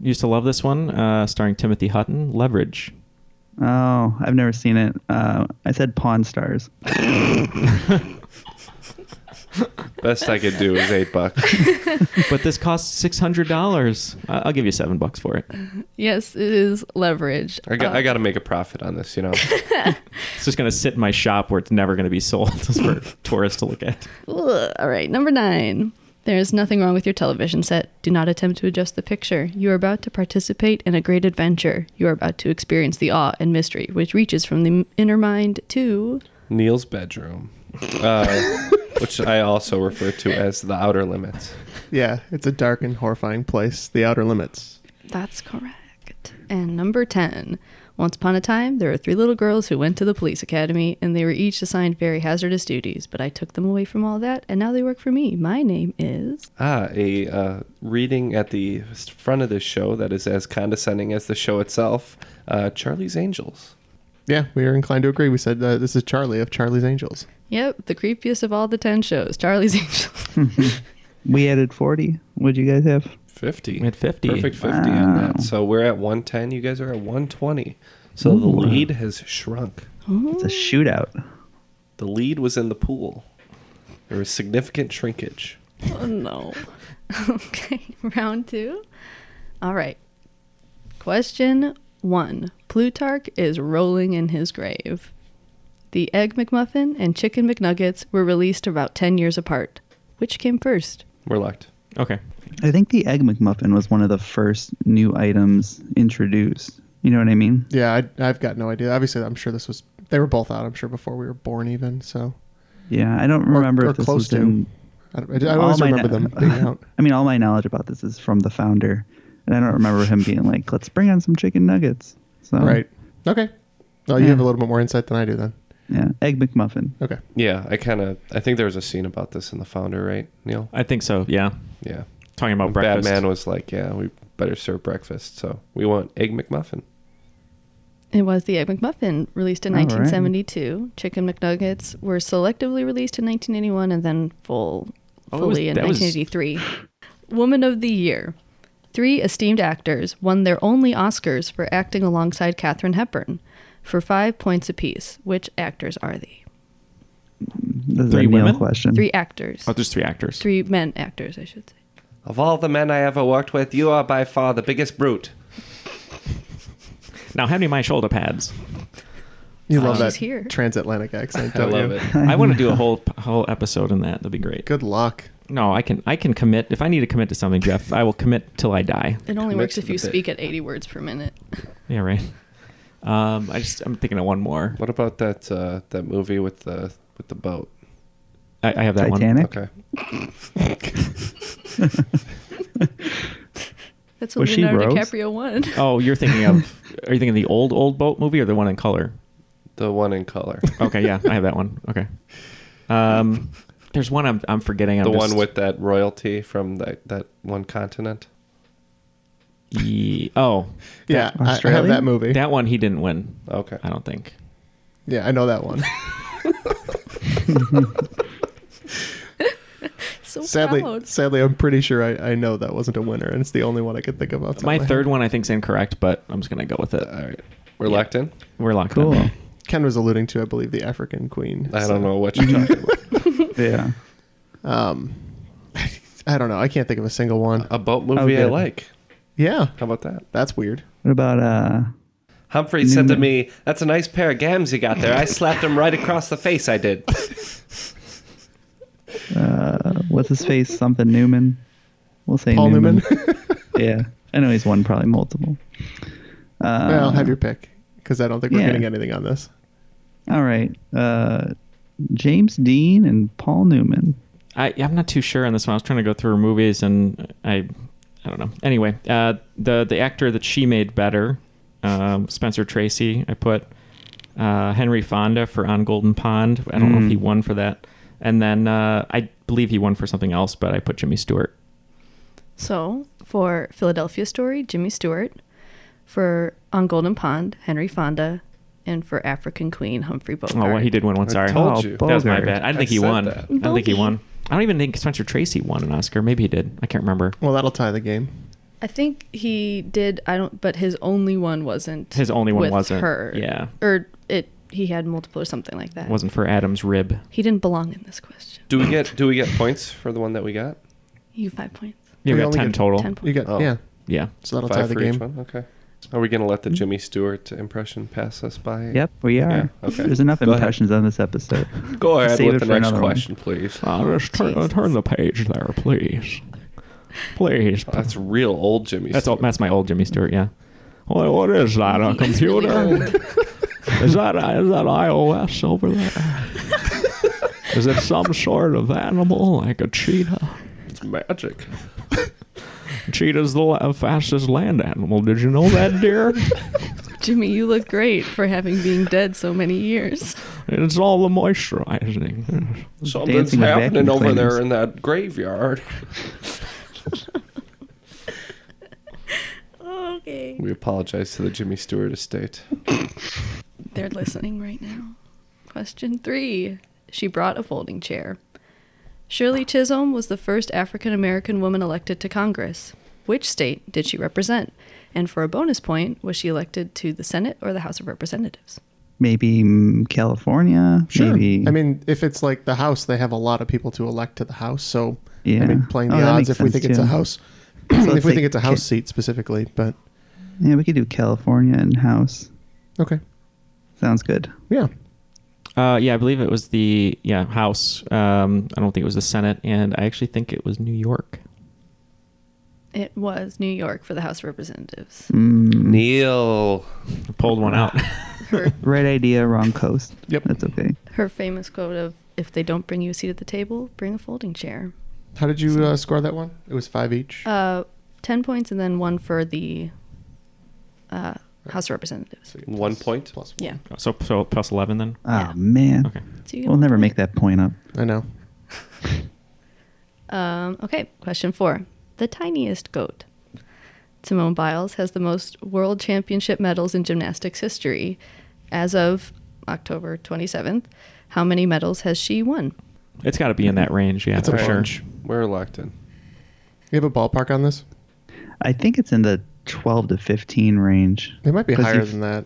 Used to love this one, uh, starring Timothy Hutton. Leverage.
Oh, I've never seen it. Uh, I said Pawn Stars.
Best I could do is
[laughs]
eight bucks.
but this costs six hundred dollars. I- I'll give you seven bucks for it.
Yes, it is leverage.
I got I got to make a profit on this, you know.
It's just gonna sit in my shop where it's never gonna be sold [laughs] for tourists to look at.
Ugh. All right, number nine. There is nothing wrong with your television set. Do not attempt to adjust the picture. You are about to participate in a great adventure. You are about to experience the awe and mystery which reaches from the inner mind to.
Neil's bedroom, uh, which I also refer to as the outer limits.
Yeah, it's a dark and horrifying place, the outer limits.
That's correct. And number 10. Once upon a time, there were three little girls who went to the police academy, and they were each assigned very hazardous duties. But I took them away from all that, and now they work for me. My name is.
Ah, a uh, reading at the front of this show that is as condescending as the show itself. Uh, Charlie's Angels.
Yeah, we are inclined to agree. We said uh, this is Charlie of Charlie's Angels.
Yep, the creepiest of all the 10 shows, Charlie's [laughs] Angels.
We added 40. What'd you guys have?
50.
At fifty,
Perfect 50 on that. So we're at 110. You guys are at 120. So the lead has shrunk.
It's a shootout.
The lead was in the pool. There was significant shrinkage.
Oh no. [laughs] okay, round two. All right. Question one Plutarch is rolling in his grave. The Egg McMuffin and Chicken McNuggets were released about 10 years apart. Which came first?
We're locked.
Okay.
I think the Egg McMuffin was one of the first new items introduced. You know what I mean?
Yeah, I, I've got no idea. Obviously, I'm sure this was. They were both out. I'm sure before we were born, even. So
Yeah, I don't remember
or
if this
close
was
to.
in-
I, don't- I, I always
all my
remember
kno-
them being out.
[laughs] I mean, all my knowledge about this is from the founder, and I don't remember him being like, "Let's bring on some chicken nuggets." So,
Right. Okay. Well, you
Yeah.
have a little bit more insight than I do then.
Yeah, egg McMuffin.
Okay.
Yeah, I kind of. I think there was a scene about this in The Founder, right, Neil?
I think so. Yeah.
Yeah.
Talking about breakfast.
Batman was like, yeah, we better serve breakfast. So we want Egg McMuffin.
It was the Egg McMuffin, released in
All right.
1972. Chicken McNuggets were selectively released in 1981 and then full,
Oh, it
fully
was-
in
that was-
1983. Woman of the Year. Three esteemed actors won their only Oscars for acting alongside Katharine Hepburn for five points apiece. Which actors are they?
This is
Three
a Neil
women?
question.
Three actors.
Oh, there's three actors.
Three men actors, I should say.
Of all the men I ever worked with, you are by far the biggest brute.
Now, hand me my shoulder pads.
You love
she's
that
here.
transatlantic accent.
I
don't
love
you?
it.
I want to do a whole whole episode on that. That'd be great.
Good luck.
No, I can I can commit. If I need to commit to something, Jeff, I will commit till I die.
It only
Commit
works
to
if
the
you
bit.
speak at 80 words per minute. [laughs]
Yeah, right. Um, I just I'm thinking of one more.
What about that uh, that movie with the with the boat?
I, I have that
Titanic.
Okay.
That's what
Was she Rose?
Leonardo DiCaprio won.
one. Oh, you're thinking of are you thinking of the old old boat movie or the one in color?
[laughs] The one in color.
Okay, yeah, I have that one. Okay. Um, there's one I'm I'm forgetting. I'm
the
just-
one with that royalty from that, that one continent.
Ye- oh
Yeah, I, I have
Australia?
that movie.
that one he didn't win.
Okay.
I don't think.
Yeah, I know that one.
so
Sadly,
proud.
sadly, I'm pretty sure I, I know that wasn't a winner, and it's the only one I could think of. Off the top
My
of head.
third one I think's incorrect, but I'm just gonna go with it.
All right. We're locked in?
We're locked
Cool.
in.
Ken was alluding to, I believe, the African Queen.
I
So,
don't know what you're talking about.
[laughs] yeah.
I don't know. I can't think of a single one.
A boat movie I
good.
like.
yeah,
How about that?
that's weird.
What about uh?
Humphrey said to me, That's a nice pair of gams you got there. I slapped him right across the face, I did.
What's his face? Something Newman. We'll say
Paul Newman.
yeah, I know he's won probably multiple. Uh,
well, have your pick because I don't think we're
yeah.
getting anything on this.
All right, uh, James Dean and Paul Newman.
I, I'm not too sure on this one. I was trying to go through her movies, and I, I don't know. Anyway, uh, the the actor that she made better, um, Spencer Tracy. I put uh, Henry Fonda for On Golden Pond. I don't know if he won for that, and then uh, I believe he won for something else, but I put Jimmy Stewart.
So, for Philadelphia Story, Jimmy Stewart. For On Golden Pond, Henry Fonda. And for African Queen, Humphrey Bogart.
Oh, well, he did win one. Sorry,
told
Oh,
you.
that was my
Bogart.
bad. I didn't
I
think he
said
won. I
that.
don't think he
Bogey.
won. I don't even think Spencer Tracy won an Oscar. Maybe he did. I can't remember.
Well, that'll tie the game.
I think he did. I don't. But his only one wasn't.
His only one
with
wasn't.
her.
Yeah.
Or it he had multiple or something like that.
Wasn't for Adam's rib.
He didn't belong in this question.
Do we get do we get points for the one that we got?
You get five points.
You
We
got
only
ten
get
total.
10 points.
You got
Oh.
yeah.
Yeah.
So that'll tie
Five
the
for each
game.
one. Okay. Are we gonna let the Jimmy Stewart impression pass us by?
Yep, we are.
okay.
There's enough
Go ahead.
impressions on this episode.
Go ahead
Save it
with the
for
next
another one.
question, please.
Uh, just turn, uh, turn the page there, please. Please.
Oh, That's real old Jimmy.
That's all,
Stewart.
that's my old Jimmy Stewart. Yeah. What, what is that? A
[laughs]
computer? is that is that iOS over [laughs] there? is it some sort of animal like a cheetah?
[laughs]
It's magic.
Cheetah's the la- fastest land animal. Did you know that, dear?
Jimmy, you look great for having been dead so many years.
it's all the moisturizing.
Something's
Dancing with
happening
vacuum
over
cleaners.
there in that graveyard.
Okay.
We apologize to the Jimmy Stewart estate.
They're listening right now. Question three. She brought a folding chair. Shirley Chisholm was the first African American woman elected to Congress. Which state did she represent? And for a bonus point, was she elected to the Senate or the House of Representatives?
Maybe mm, California. Maybe.
I mean, if it's like the house, they have a lot of people to elect to the house. So I
Yeah.
mean, playing the
Oh, that
odds
makes
if we
sense,
think it's a
too.
house,
So
[clears throat] if
it's
we
like
think it's a
Ca-
house seat specifically. But
yeah, we could do California and house.
okay,
Sounds good.
yeah,
Uh, yeah, I believe it was the yeah House. Um, I don't think it was the Senate, and I actually think it was New York.
It was New York for the House of Representatives.
Mm,
Neil.
I pulled one out.
Right idea, wrong coast.
Yep.
That's okay.
Her famous quote of, if they don't bring you a seat at the table, bring a folding chair.
how did you uh, score that one? It was five each.
Uh, 10 points and then one for the uh, House of Representatives.
One point.
Plus
Yeah.
so so plus eleven then.
Oh, man.
Okay.
So you get
We'll
one
never
point.
make that point up.
I know.
Um, okay, question four. The tiniest goat. Simone Biles has the most world championship medals in gymnastics history. As of October 27th, how many medals has she won?
It's got to be in that range. Yeah,
It's a
for sure.
bunch.
We're locked in.
You have a ballpark on this?
I think it's in the 12 to 15 range.
It might be
'Cause
higher
you-
than that.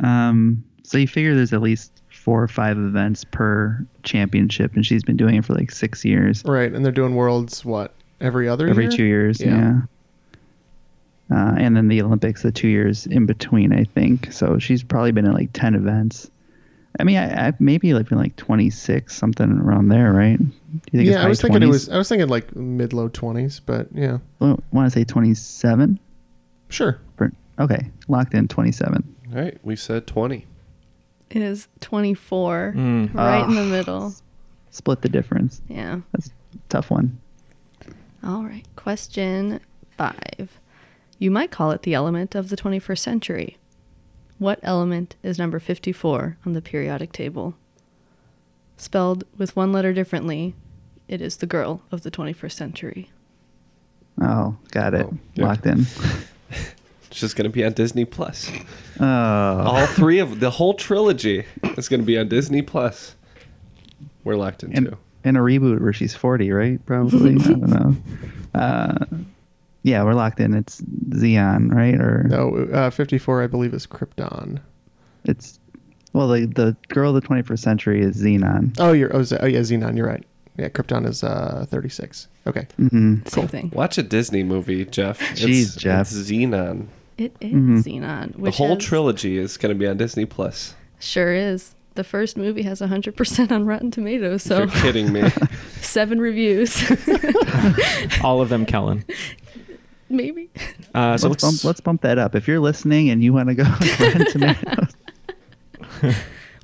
Um, so you figure there's at least four or five events per championship, and she's been doing it for like six years.
Right, and they're doing worlds what every other
Every
year?
two years,
Yeah.
yeah. Uh, and then the Olympics, the two years in between, I think. So she's probably been at like 10 events. I mean, I, I maybe like been like 26, something around there, right? Do you think
Yeah, I
high
was thinking it
20s?
was. I was thinking like mid low twenties, but yeah,
I want to Oh, say 27.
sure.
For- Okay, locked in 27.
All right, we said twenty.
It is 24,
Mm.
right in the middle.
Split the difference.
Yeah.
That's a tough one.
All right, question five. You might call it the element of the 21st century. What element is number 54 on the periodic table? Spelled with one letter differently, it is the girl of the 21st century.
Oh, got it.
Oh, yeah.
Locked in.
It's just gonna be on Disney Plus.
Oh,
All three of the whole trilogy is gonna be on Disney Plus. We're locked in
and,
too.
and a reboot where she's 40, right? Probably. I
[laughs]
don't know. Uh, yeah, we're locked in. It's Xeon, right? Or
No, uh, fifty four, I believe, is Krypton.
it's, well, the, the girl of the 21st century is Xenon.
Oh, you're. Oh, Z- oh yeah, Xenon. You're right. Yeah, Krypton is uh, thirty six. Okay.
Mm.
Same thing.
Watch a Disney movie, Jeff.
Jeez,
it's,
Jeff.
It's Xenon.
It is Xenon,
Mm-hmm. The
which
whole
has-
trilogy is gonna be on Disney Plus.
sure is. The first movie has 100% on Rotten Tomatoes, so
You're kidding me.
[laughs]
[laughs]
seven reviews,
[laughs] All of them, Kellen.
maybe.
Uh, so
let's,
let's,
bump, let's bump that up. If you're listening and you want to go [laughs] on
[laughs]
Rotten Tomatoes,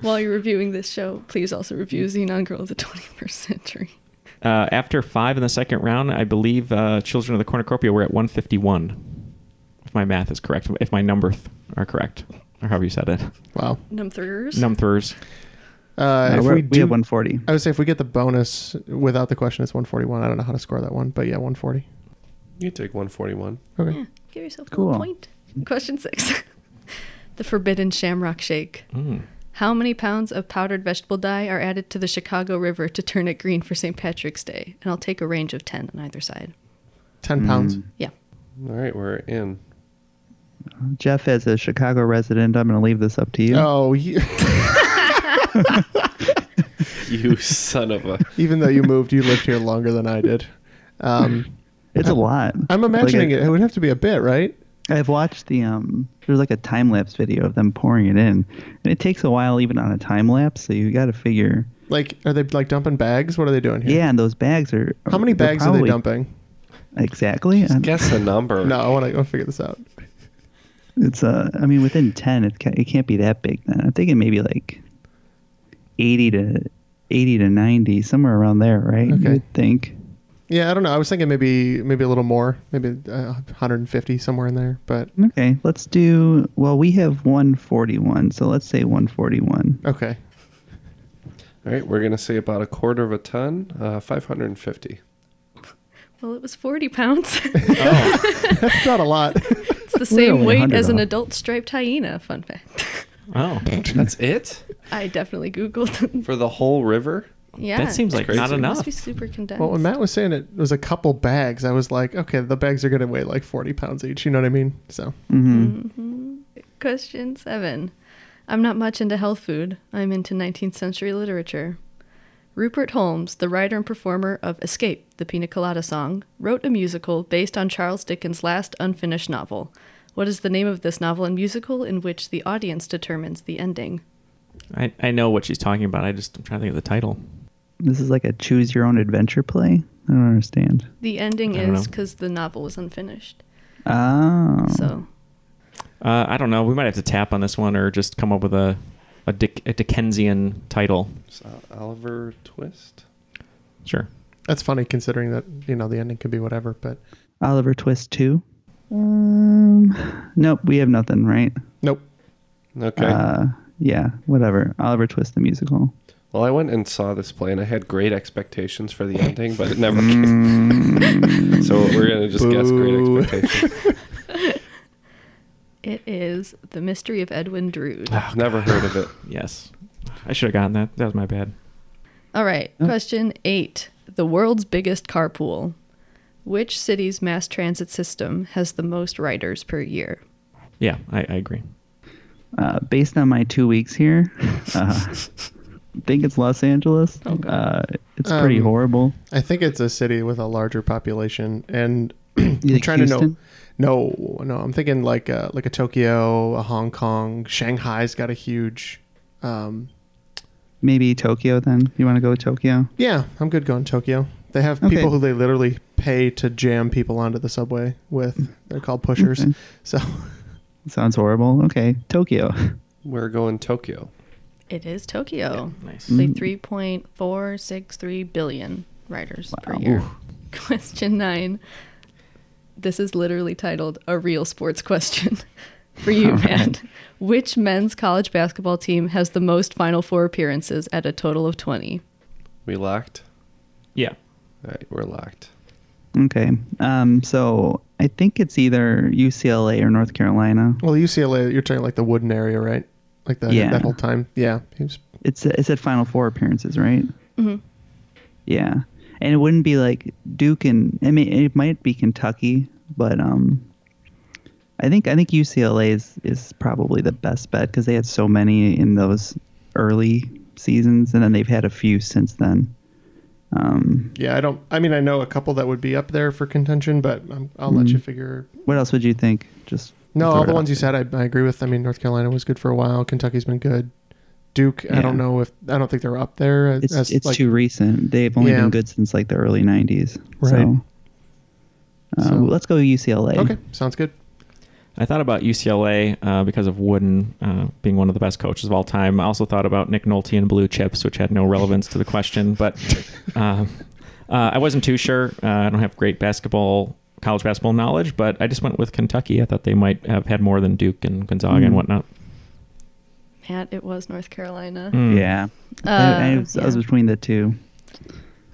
While you're reviewing this show, please also review Xenon Girl of the 21st Century.
uh, after five in the second round, I believe uh, Children of the Cornucopia were at 151. If my math is correct, if my numbers are correct, or however you said it,
Wow.
Numthers.
numthers.
Uh,
uh,
if
we're-
we
we,
do,
have 140.
I would say if we get the bonus without the question, it's one forty one. I don't know how to score that one, but yeah, one forty.
you take 141.
Okay.
Yeah, give yourself
Cool.
a point. Question six. [laughs] the forbidden shamrock shake.
Hmm.
How many pounds of powdered vegetable dye are added to the Chicago River to turn it green for St. Patrick's Day? And I'll take a range of 10 on either side.
Ten pounds.
Yeah.
All right, we're in.
Jeff, as a Chicago resident, I'm going to leave this up to you.
Oh, you,
[laughs]
you son of a.
Even though you moved, you lived here longer than I did. Um,
It's a lot.
I'm imagining it. It would have to be a bit, right?
I've watched the um. There's like a time lapse video of them pouring it in, and it takes a while even on a time lapse. So you got to figure.
Like, are they like dumping bags? What are they doing here?
Yeah, and those bags are.
How many
they're
bags are they
probably-
dumping?
Exactly. I-
Guess a number.
No, I want to figure this out.
It's uh. I mean, within ten, it ca- it can't be that big. Then I'm thinking maybe like eighty to eighty to ninety, somewhere around there, right?
Okay.
You'd think.
Yeah, I don't know. I was thinking maybe maybe a little more, maybe uh, 150 somewhere in there. But
Okay, let's do. Well, we have 141, so let's say 141.
okay,
All right, we're gonna say about a quarter of a ton, uh, 550.
Well, it was
[laughs]
40 pounds.
Oh.
[laughs]
that's not a lot.
It's the same
Really?
weight
100
as an
off.
adult striped hyena. Fun fact. [laughs]
Oh,
[laughs]
That's it
I definitely Googled. [laughs]
for the whole river.
yeah.
that seems like not
crazy.
Must
enough.
be super condensed.
well, when Matt was saying it was a couple bags, I was like, okay, the bags are gonna weigh like 40 pounds each. You know what I mean? So
Question seven. I'm not much into health food. I'm into 19th century literature. Rupert Holmes, the writer and performer of Escape, the Pina Colada song, wrote a musical based on Charles Dickens' last unfinished novel. What is the name of this novel and musical in which the audience determines the ending?
I, I know what she's talking about. I just I'm trying to think of the title.
This is like a choose your own adventure play. I don't understand.
The ending
I don't
is
know.
because the novel was unfinished.
Oh,
So,
Uh, I don't know. We might have to tap on this one or just come up with a a, Dick, a Dickensian title.
It's Ol- Oliver Twist.
Sure.
that's funny considering that you know the ending could be whatever. But
Oliver Twist 2. Um, nope, we have nothing, right?
nope.
Okay.
Uh, yeah, whatever. Oliver Twist the musical.
well, I went and saw this play, and I had great expectations for the ending, but it never came. [laughs] so we're gonna just guess
Mm. Boo.
great expectations.
it is The Mystery of Edwin Drood.
never heard of it.
Yes. I should have gotten that. That was my bad.
All right. Question eight The world's biggest carpool. Which city's mass transit system has the most riders per year?
Yeah, I, I agree.
Uh, based on my two
[laughs]
weeks here, uh, I think it's Los Angeles. Uh, it's pretty
Um,
horrible.
I think it's a city with a larger population, and
[clears throat] You
I'm
think
trying to know.
Houston?
No, no, I'm thinking like a, like a Tokyo, a Hong Kong, Shanghai's got a huge. Um,
Maybe Tokyo then. You want to go with Tokyo?
yeah, I'm good going Tokyo. They have
Okay.
people who they literally pay to jam people onto the subway with. They're called pushers.
Mm-hmm. Okay.
So
Sounds horrible. Okay, Tokyo. [laughs]
We're going Tokyo.
It is Tokyo.
Nice.
It's like 3.463 billion riders per year. [laughs] Question nine. This is literally titled A Real Sports Question [laughs] for you, Matt. Which men's college basketball team has the most Final Four appearances at a total of 20?
We locked.
Yeah.
All right, we're locked.
Okay. Um, so I think it's either UCLA or North Carolina.
well, UCLA, you're talking like the Wooden area, right? Like that
Yeah.
that whole time. Yeah, he was-
It's it said Final Four appearances, right? Mm-hmm. Yeah, and it wouldn't be like Duke and I mean it might be Kentucky, but um, I think I think UCLA is is probably the best bet because they had so many in those early seasons, and then they've had a few since then. Um,
yeah. I don't. I mean, I know a couple that would be up there for contention, but I'm, I'll let you
Mm-hmm.
figure.
what else would you think? Just
No,
throw
all
it
the
out
ones you
there.
said, I, I agree with. I mean, North Carolina was good for a while. Kentucky's been good. Duke, I don't
Yeah.
know if I don't think they're up there. As,
It's
as,
it's
like,
too recent. They've only
Yeah.
been good since like the early '90s.
Right.
So, uh,
So-
let's go UCLA.
Okay, sounds good.
I thought about UCLA uh, because of Wooden uh, being one of the best coaches of all time. I also thought about Nick Nolte and Blue Chips, which had no relevance to the question, [laughs] but um uh, I wasn't too sure. Uh, I don't have great basketball, college basketball knowledge, but I just went with Kentucky. I thought they might have had more than Duke and Gonzaga and whatnot.
Matt, it was North Carolina.
Hmm. Mm.
Yeah. I, I,
Uh,
was, I was
yeah.
between the two.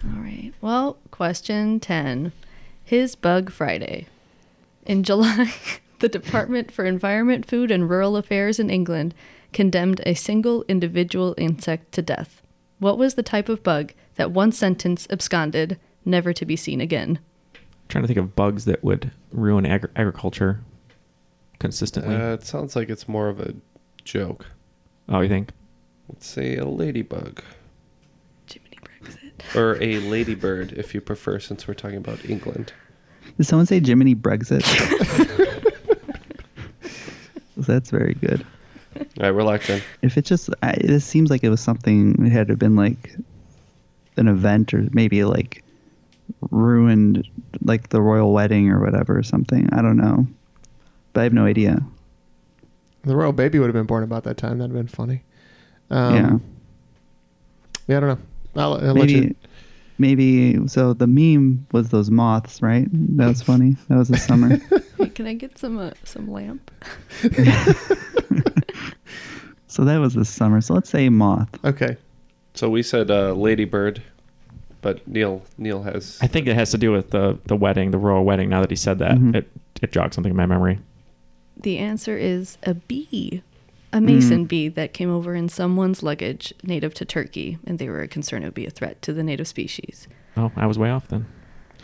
All right. Well, question 10. His Bug Friday. In July, [laughs] the Department for Environment, Food, and Rural Affairs in England condemned a single individual insect to death. What was the type of bug that one sentence absconded, never to be seen again?
trying to think of bugs that would ruin agri- agriculture consistently.
Uh, it sounds like it's more of a joke.
oh, you think?
Let's say a ladybug. Jiminy Brexit. Or a ladybird, if you prefer, since we're talking about England.
Did someone say Jiminy
[laughs]
Brexit? [laughs] That's very good.
All right, we're locked in.
If it just, I, this seems like it was something it had to have been like an event or maybe like ruined, like the royal wedding or whatever or something. I don't know, but I have no idea.
The royal baby would have been born about that time. That'd have been funny. Um, yeah. Yeah, I don't know. I'll, I'll let you.
maybe, maybe. So the meme was those moths, right? That was funny. That was
[laughs]
the summer.
Hey, can I get some uh, some lamp?
so that was the summer. So let's say moth.
Okay.
So we said uh, ladybird, but Neil Neil has
I think it has to do with the the wedding, the royal wedding. Now that he said that,
Mhm.
it it jogged something in my memory.
The answer is a bee, a mason bee that came over in someone's luggage native to Turkey, and they were concerned it would be a threat to the native species.
Oh, I was way off then.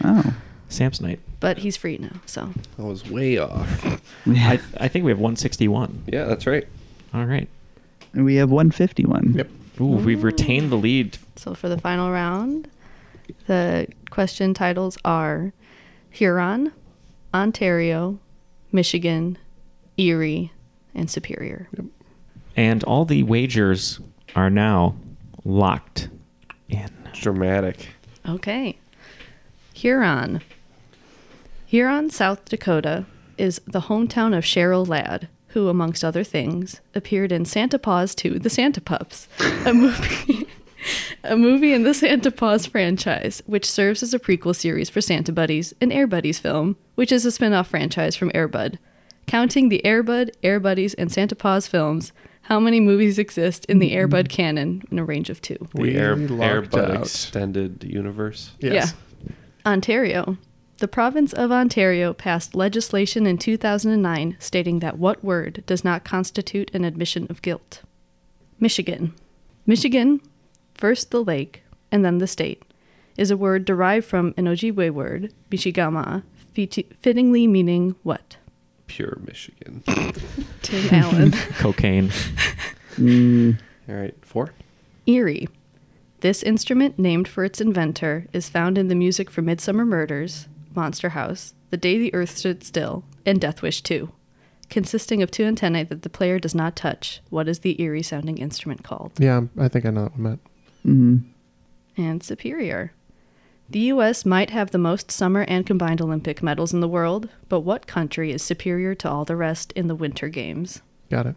Oh,
Samsonite.
But he's free now, so
I was way off.
I I think we have 161.
Yeah, that's right.
All right.
and we have 151.
Yep.
Ooh, we've retained the lead.
so for the final round, the question titles are Huron, Ontario, Michigan, Erie, and Superior.
And all the wagers are now locked in.
Dramatic.
Okay. Huron. Huron, South Dakota is the hometown of Cheryl Ladd, who, amongst other things, appeared in Santa Paws 2 The Santa Pups, a movie. A movie in the Santa Paws franchise, which serves as a prequel series for Santa Buddies, an Air Buddies film, which is a spin off franchise from Airbud. Counting the Airbud, Air Buddies, and Santa Paws films, how many movies exist in the Airbud canon in a range of two?
The
We
Air,
locked
Airbud
out.
extended universe.
Yes.
Yeah. Ontario. The province of Ontario passed legislation in 2009 stating that what word does not constitute an admission of guilt? Michigan. Michigan, first the lake and then the state, is a word derived from an Ojibwe word, Michigama, fit- fittingly meaning what?
Pure Michigan.
Tim Allen.
Cocaine.
All right, four.
Eerie. This instrument, named for its inventor, is found in the music for Midsummer Murders, Monster House, The Day the Earth Stood Still, and Death Wish 2. Consisting of two antennae that the player does not touch, what is the eerie sounding instrument called?
Yeah, I'm- I think I know that one, Matt.
And superior. The U.S. might have the most summer and combined Olympic medals in the world, but what country is superior to all the rest in the Winter Games?
Got it.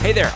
Hey there,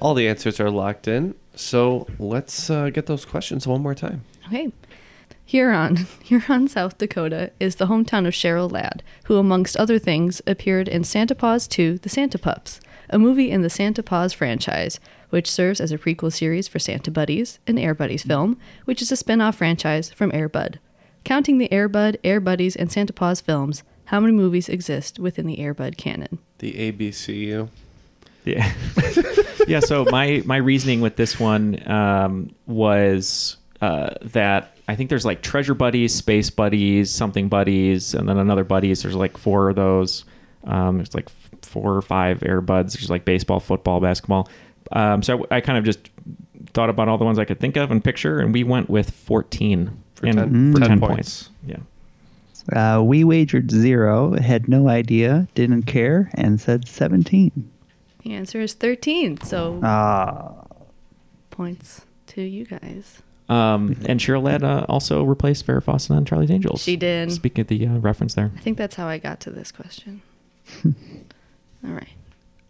All the answers are locked in. So let's uh, get those questions one more time.
Okay. Huron, [laughs] Huron, South Dakota is the hometown of Cheryl Ladd, who, amongst other things, appeared in Santa Paws 2 The Santa Pups, a movie in the Santa Paws franchise, which serves as a prequel series for Santa Buddies, an Air Buddies film, which is a spin off franchise from Air Bud. Counting the Airbud, Air Buddies, and Santa Paws films, how many movies exist within the Airbud canon?
The ABCU.
Yeah. [laughs] yeah. So my my reasoning with this one um, was uh, that I think there's like treasure buddies, space buddies, something buddies, and then another buddies. There's like four of those. Um, there's like f- four or five air buds. There's like baseball, football, basketball. Um, so I, I kind of just thought about all the ones I could think of and picture, and we went with 14 for, and,
10
for 10
points.
points. Yeah.
Uh, we wagered zero, had no idea, didn't care, and said 17.
The answer is 13. So
Ah,
points to you guys.
Um, and Cheryl Ladd uh, also replaced Farrah Fawcett on Charlie's Angels.
She did.
Speaking of the uh, reference there.
I think that's how I got to this question. [laughs] All right.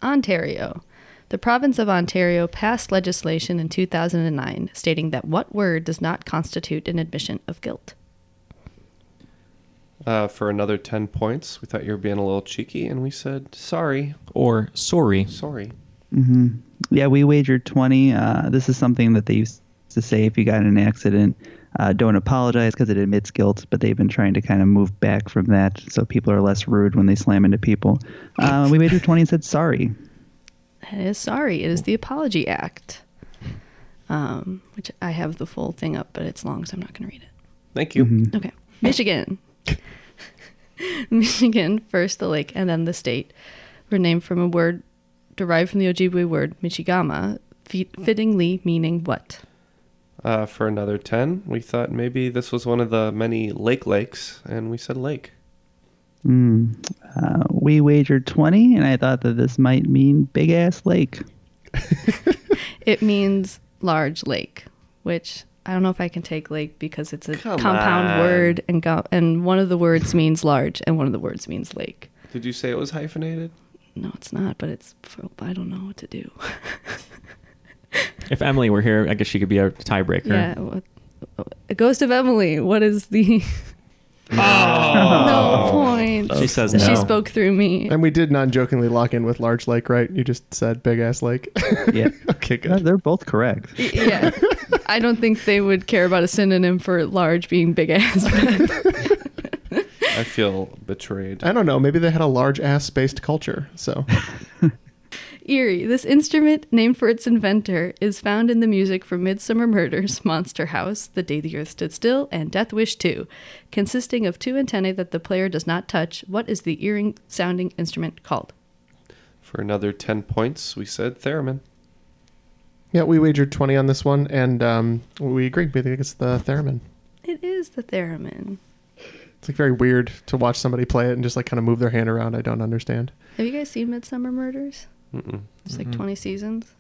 Ontario. The province of Ontario passed legislation in 2009 stating that what word does not constitute an admission of guilt?
Uh, for another 10 points, we thought you were being a little cheeky, and we said, sorry.
Or sorry.
Sorry.
hmm Yeah, we wagered 20. Uh, this is something that they used to say if you got in an accident, uh, don't apologize because it admits guilt, but they've been trying to kind of move back from that so people are less rude when they slam into people. Uh, we wagered 20 and said sorry.
That is sorry. It is the Apology Act, um, which I have the full thing up, but it's long, so I'm not going to read it.
Thank you.
Okay. Michigan. [laughs] Michigan, first the lake, and then the state, were named from a word derived from the Ojibwe word Michigama, fi- fittingly meaning what?
Uh, for another 10, we thought maybe this was one of the many lake lakes, and we said lake.
Mm. Uh, we wagered 20, and I thought that this might mean big
[laughs]
ass lake.
It means large lake, which I don't know if I can take lake because it's a
Come
compound
on.
word, and go- and one of the words means large, and one of the words means lake.
Did you say it was hyphenated?
No, it's not, but it's I don't know what to do.
If Emily were here, I guess she could be a tiebreaker.
Yeah. What, a ghost of Emily. What is the
Oh.
[laughs] no point?
She says no.
She spoke through
[laughs]
me.
And we did non-jokingly lock in with large lake, right? You just said big ass lake.
Yeah.
okay, good.
they're both correct.
yeah. I don't think they would care about a synonym for large being big ass. [laughs]
I feel betrayed.
I don't know. Maybe they had a large ass based culture. So
Eerie. This instrument, named for its inventor, is found in the music for Midsummer Murders, Monster House, The Day the Earth Stood Still, and Death Wish 2. Consisting of two antennae that the player does not touch, what is the earring sounding instrument called?
For another 10 points, we said theremin.
yeah, we wagered twenty on this one, and um, we agree. We think it's the theremin.
It is the theremin.
It's like very weird to watch somebody play it and just like kind of move their hand around. I don't understand.
Have you guys seen Midsummer Murders?
Mm-mm.
It's like 20 seasons.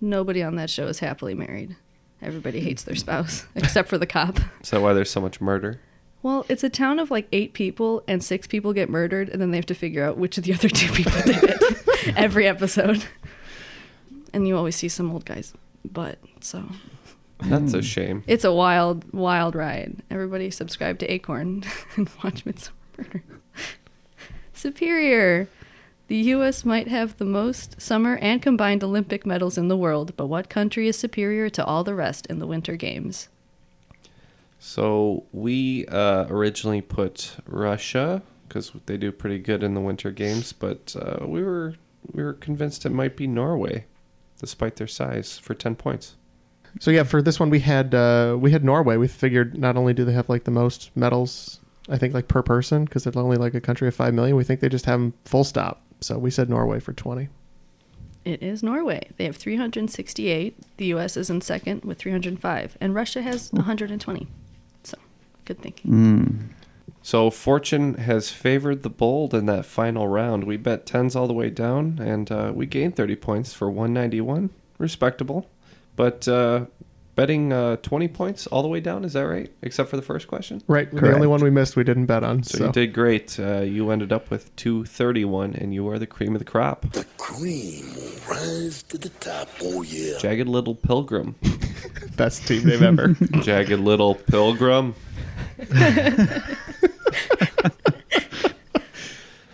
Nobody on that show is happily married. Everybody hates their spouse, [laughs] except for the cop.
Is that why there's so much murder?
Well, it's a town of like eight people, and six people get murdered, and then they have to figure out which of the other two people did it every episode. And you always see some old guy's butt. So
That's
Hmm.
a shame.
it's a wild, wild ride. Everybody subscribe to Acorn [laughs] and watch Midsummer [laughs] Murder. Superior. The U.S. might have the most summer and combined Olympic medals in the world, but what country is superior to all the rest in the Winter Games?
So we uh, originally put Russia because they do pretty good in the Winter Games, but uh, we were we were convinced it might be Norway, despite their size, for ten points.
So yeah, for this one we had uh, we had Norway. We figured not only do they have like the most medals, I think like per person because they're only like a country of five million. We think they just have them full stop. So we said Norway for twenty.
It is Norway. They have 368. The U.S. is in second with 305, and Russia has 120. So, good thinking.
So fortune has favored the bold in that final round. We bet tens all the way down, and uh, we gained thirty points for one ninety one, respectable. But uh, betting uh, twenty points all the way down is that right? Except for the first question.
Right. The
Correct.
only one we missed we didn't bet on. So,
So, you did great. Uh, you ended up with 231, and you are the cream of the crop.
Cream will rise to the top. Oh, yeah.
Jagged Little Pilgrim.
best team they've ever.
Jagged Little Pilgrim.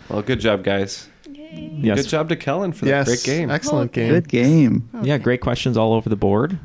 well, good job, guys.
Yes.
Good job to Kellen for
yes.
that great game.
Excellent game.
Good game.
Yeah. Great questions all over the board.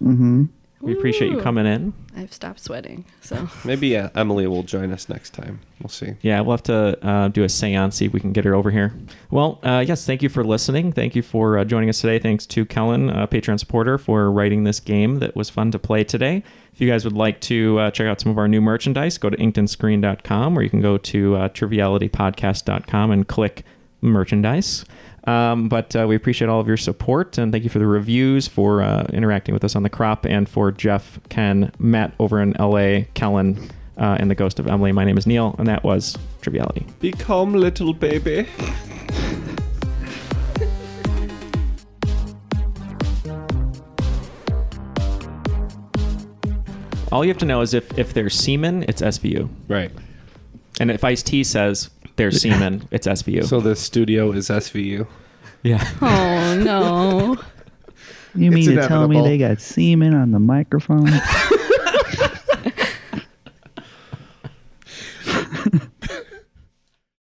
hmm
We appreciate you
Ooh.
coming in.
I've stopped sweating. So
Maybe uh, Emily will join us next time. We'll see.
Yeah, we'll have to uh, do a seance, see if we can get her over here. Well, uh, yes, thank you for listening. Thank you for uh, joining us today. Thanks to Kellen, uh, Patreon supporter, for writing this game that was fun to play today. If you guys would like to uh, check out some of our new merchandise, go to inkedandscreen.com or you can go to uh, trivialitypodcast.com and click merchandise. Um, but uh, we appreciate all of your support and thank you for the reviews, for uh, interacting with us on the crop, and for Jeff, Ken, Matt over in LA, Kellen, uh, and the ghost of Emily. My name is Neil, and that was Triviality.
Be calm, little baby.
All you have to know is if, if there's semen, it's SVU.
Right.
And if Ice T says there's semen, it's SVU.
So the studio is SVU.
Yeah.
[laughs] Oh no.
You
It's
[laughs]
mean to tell me
inevitable.
they got semen on the microphone?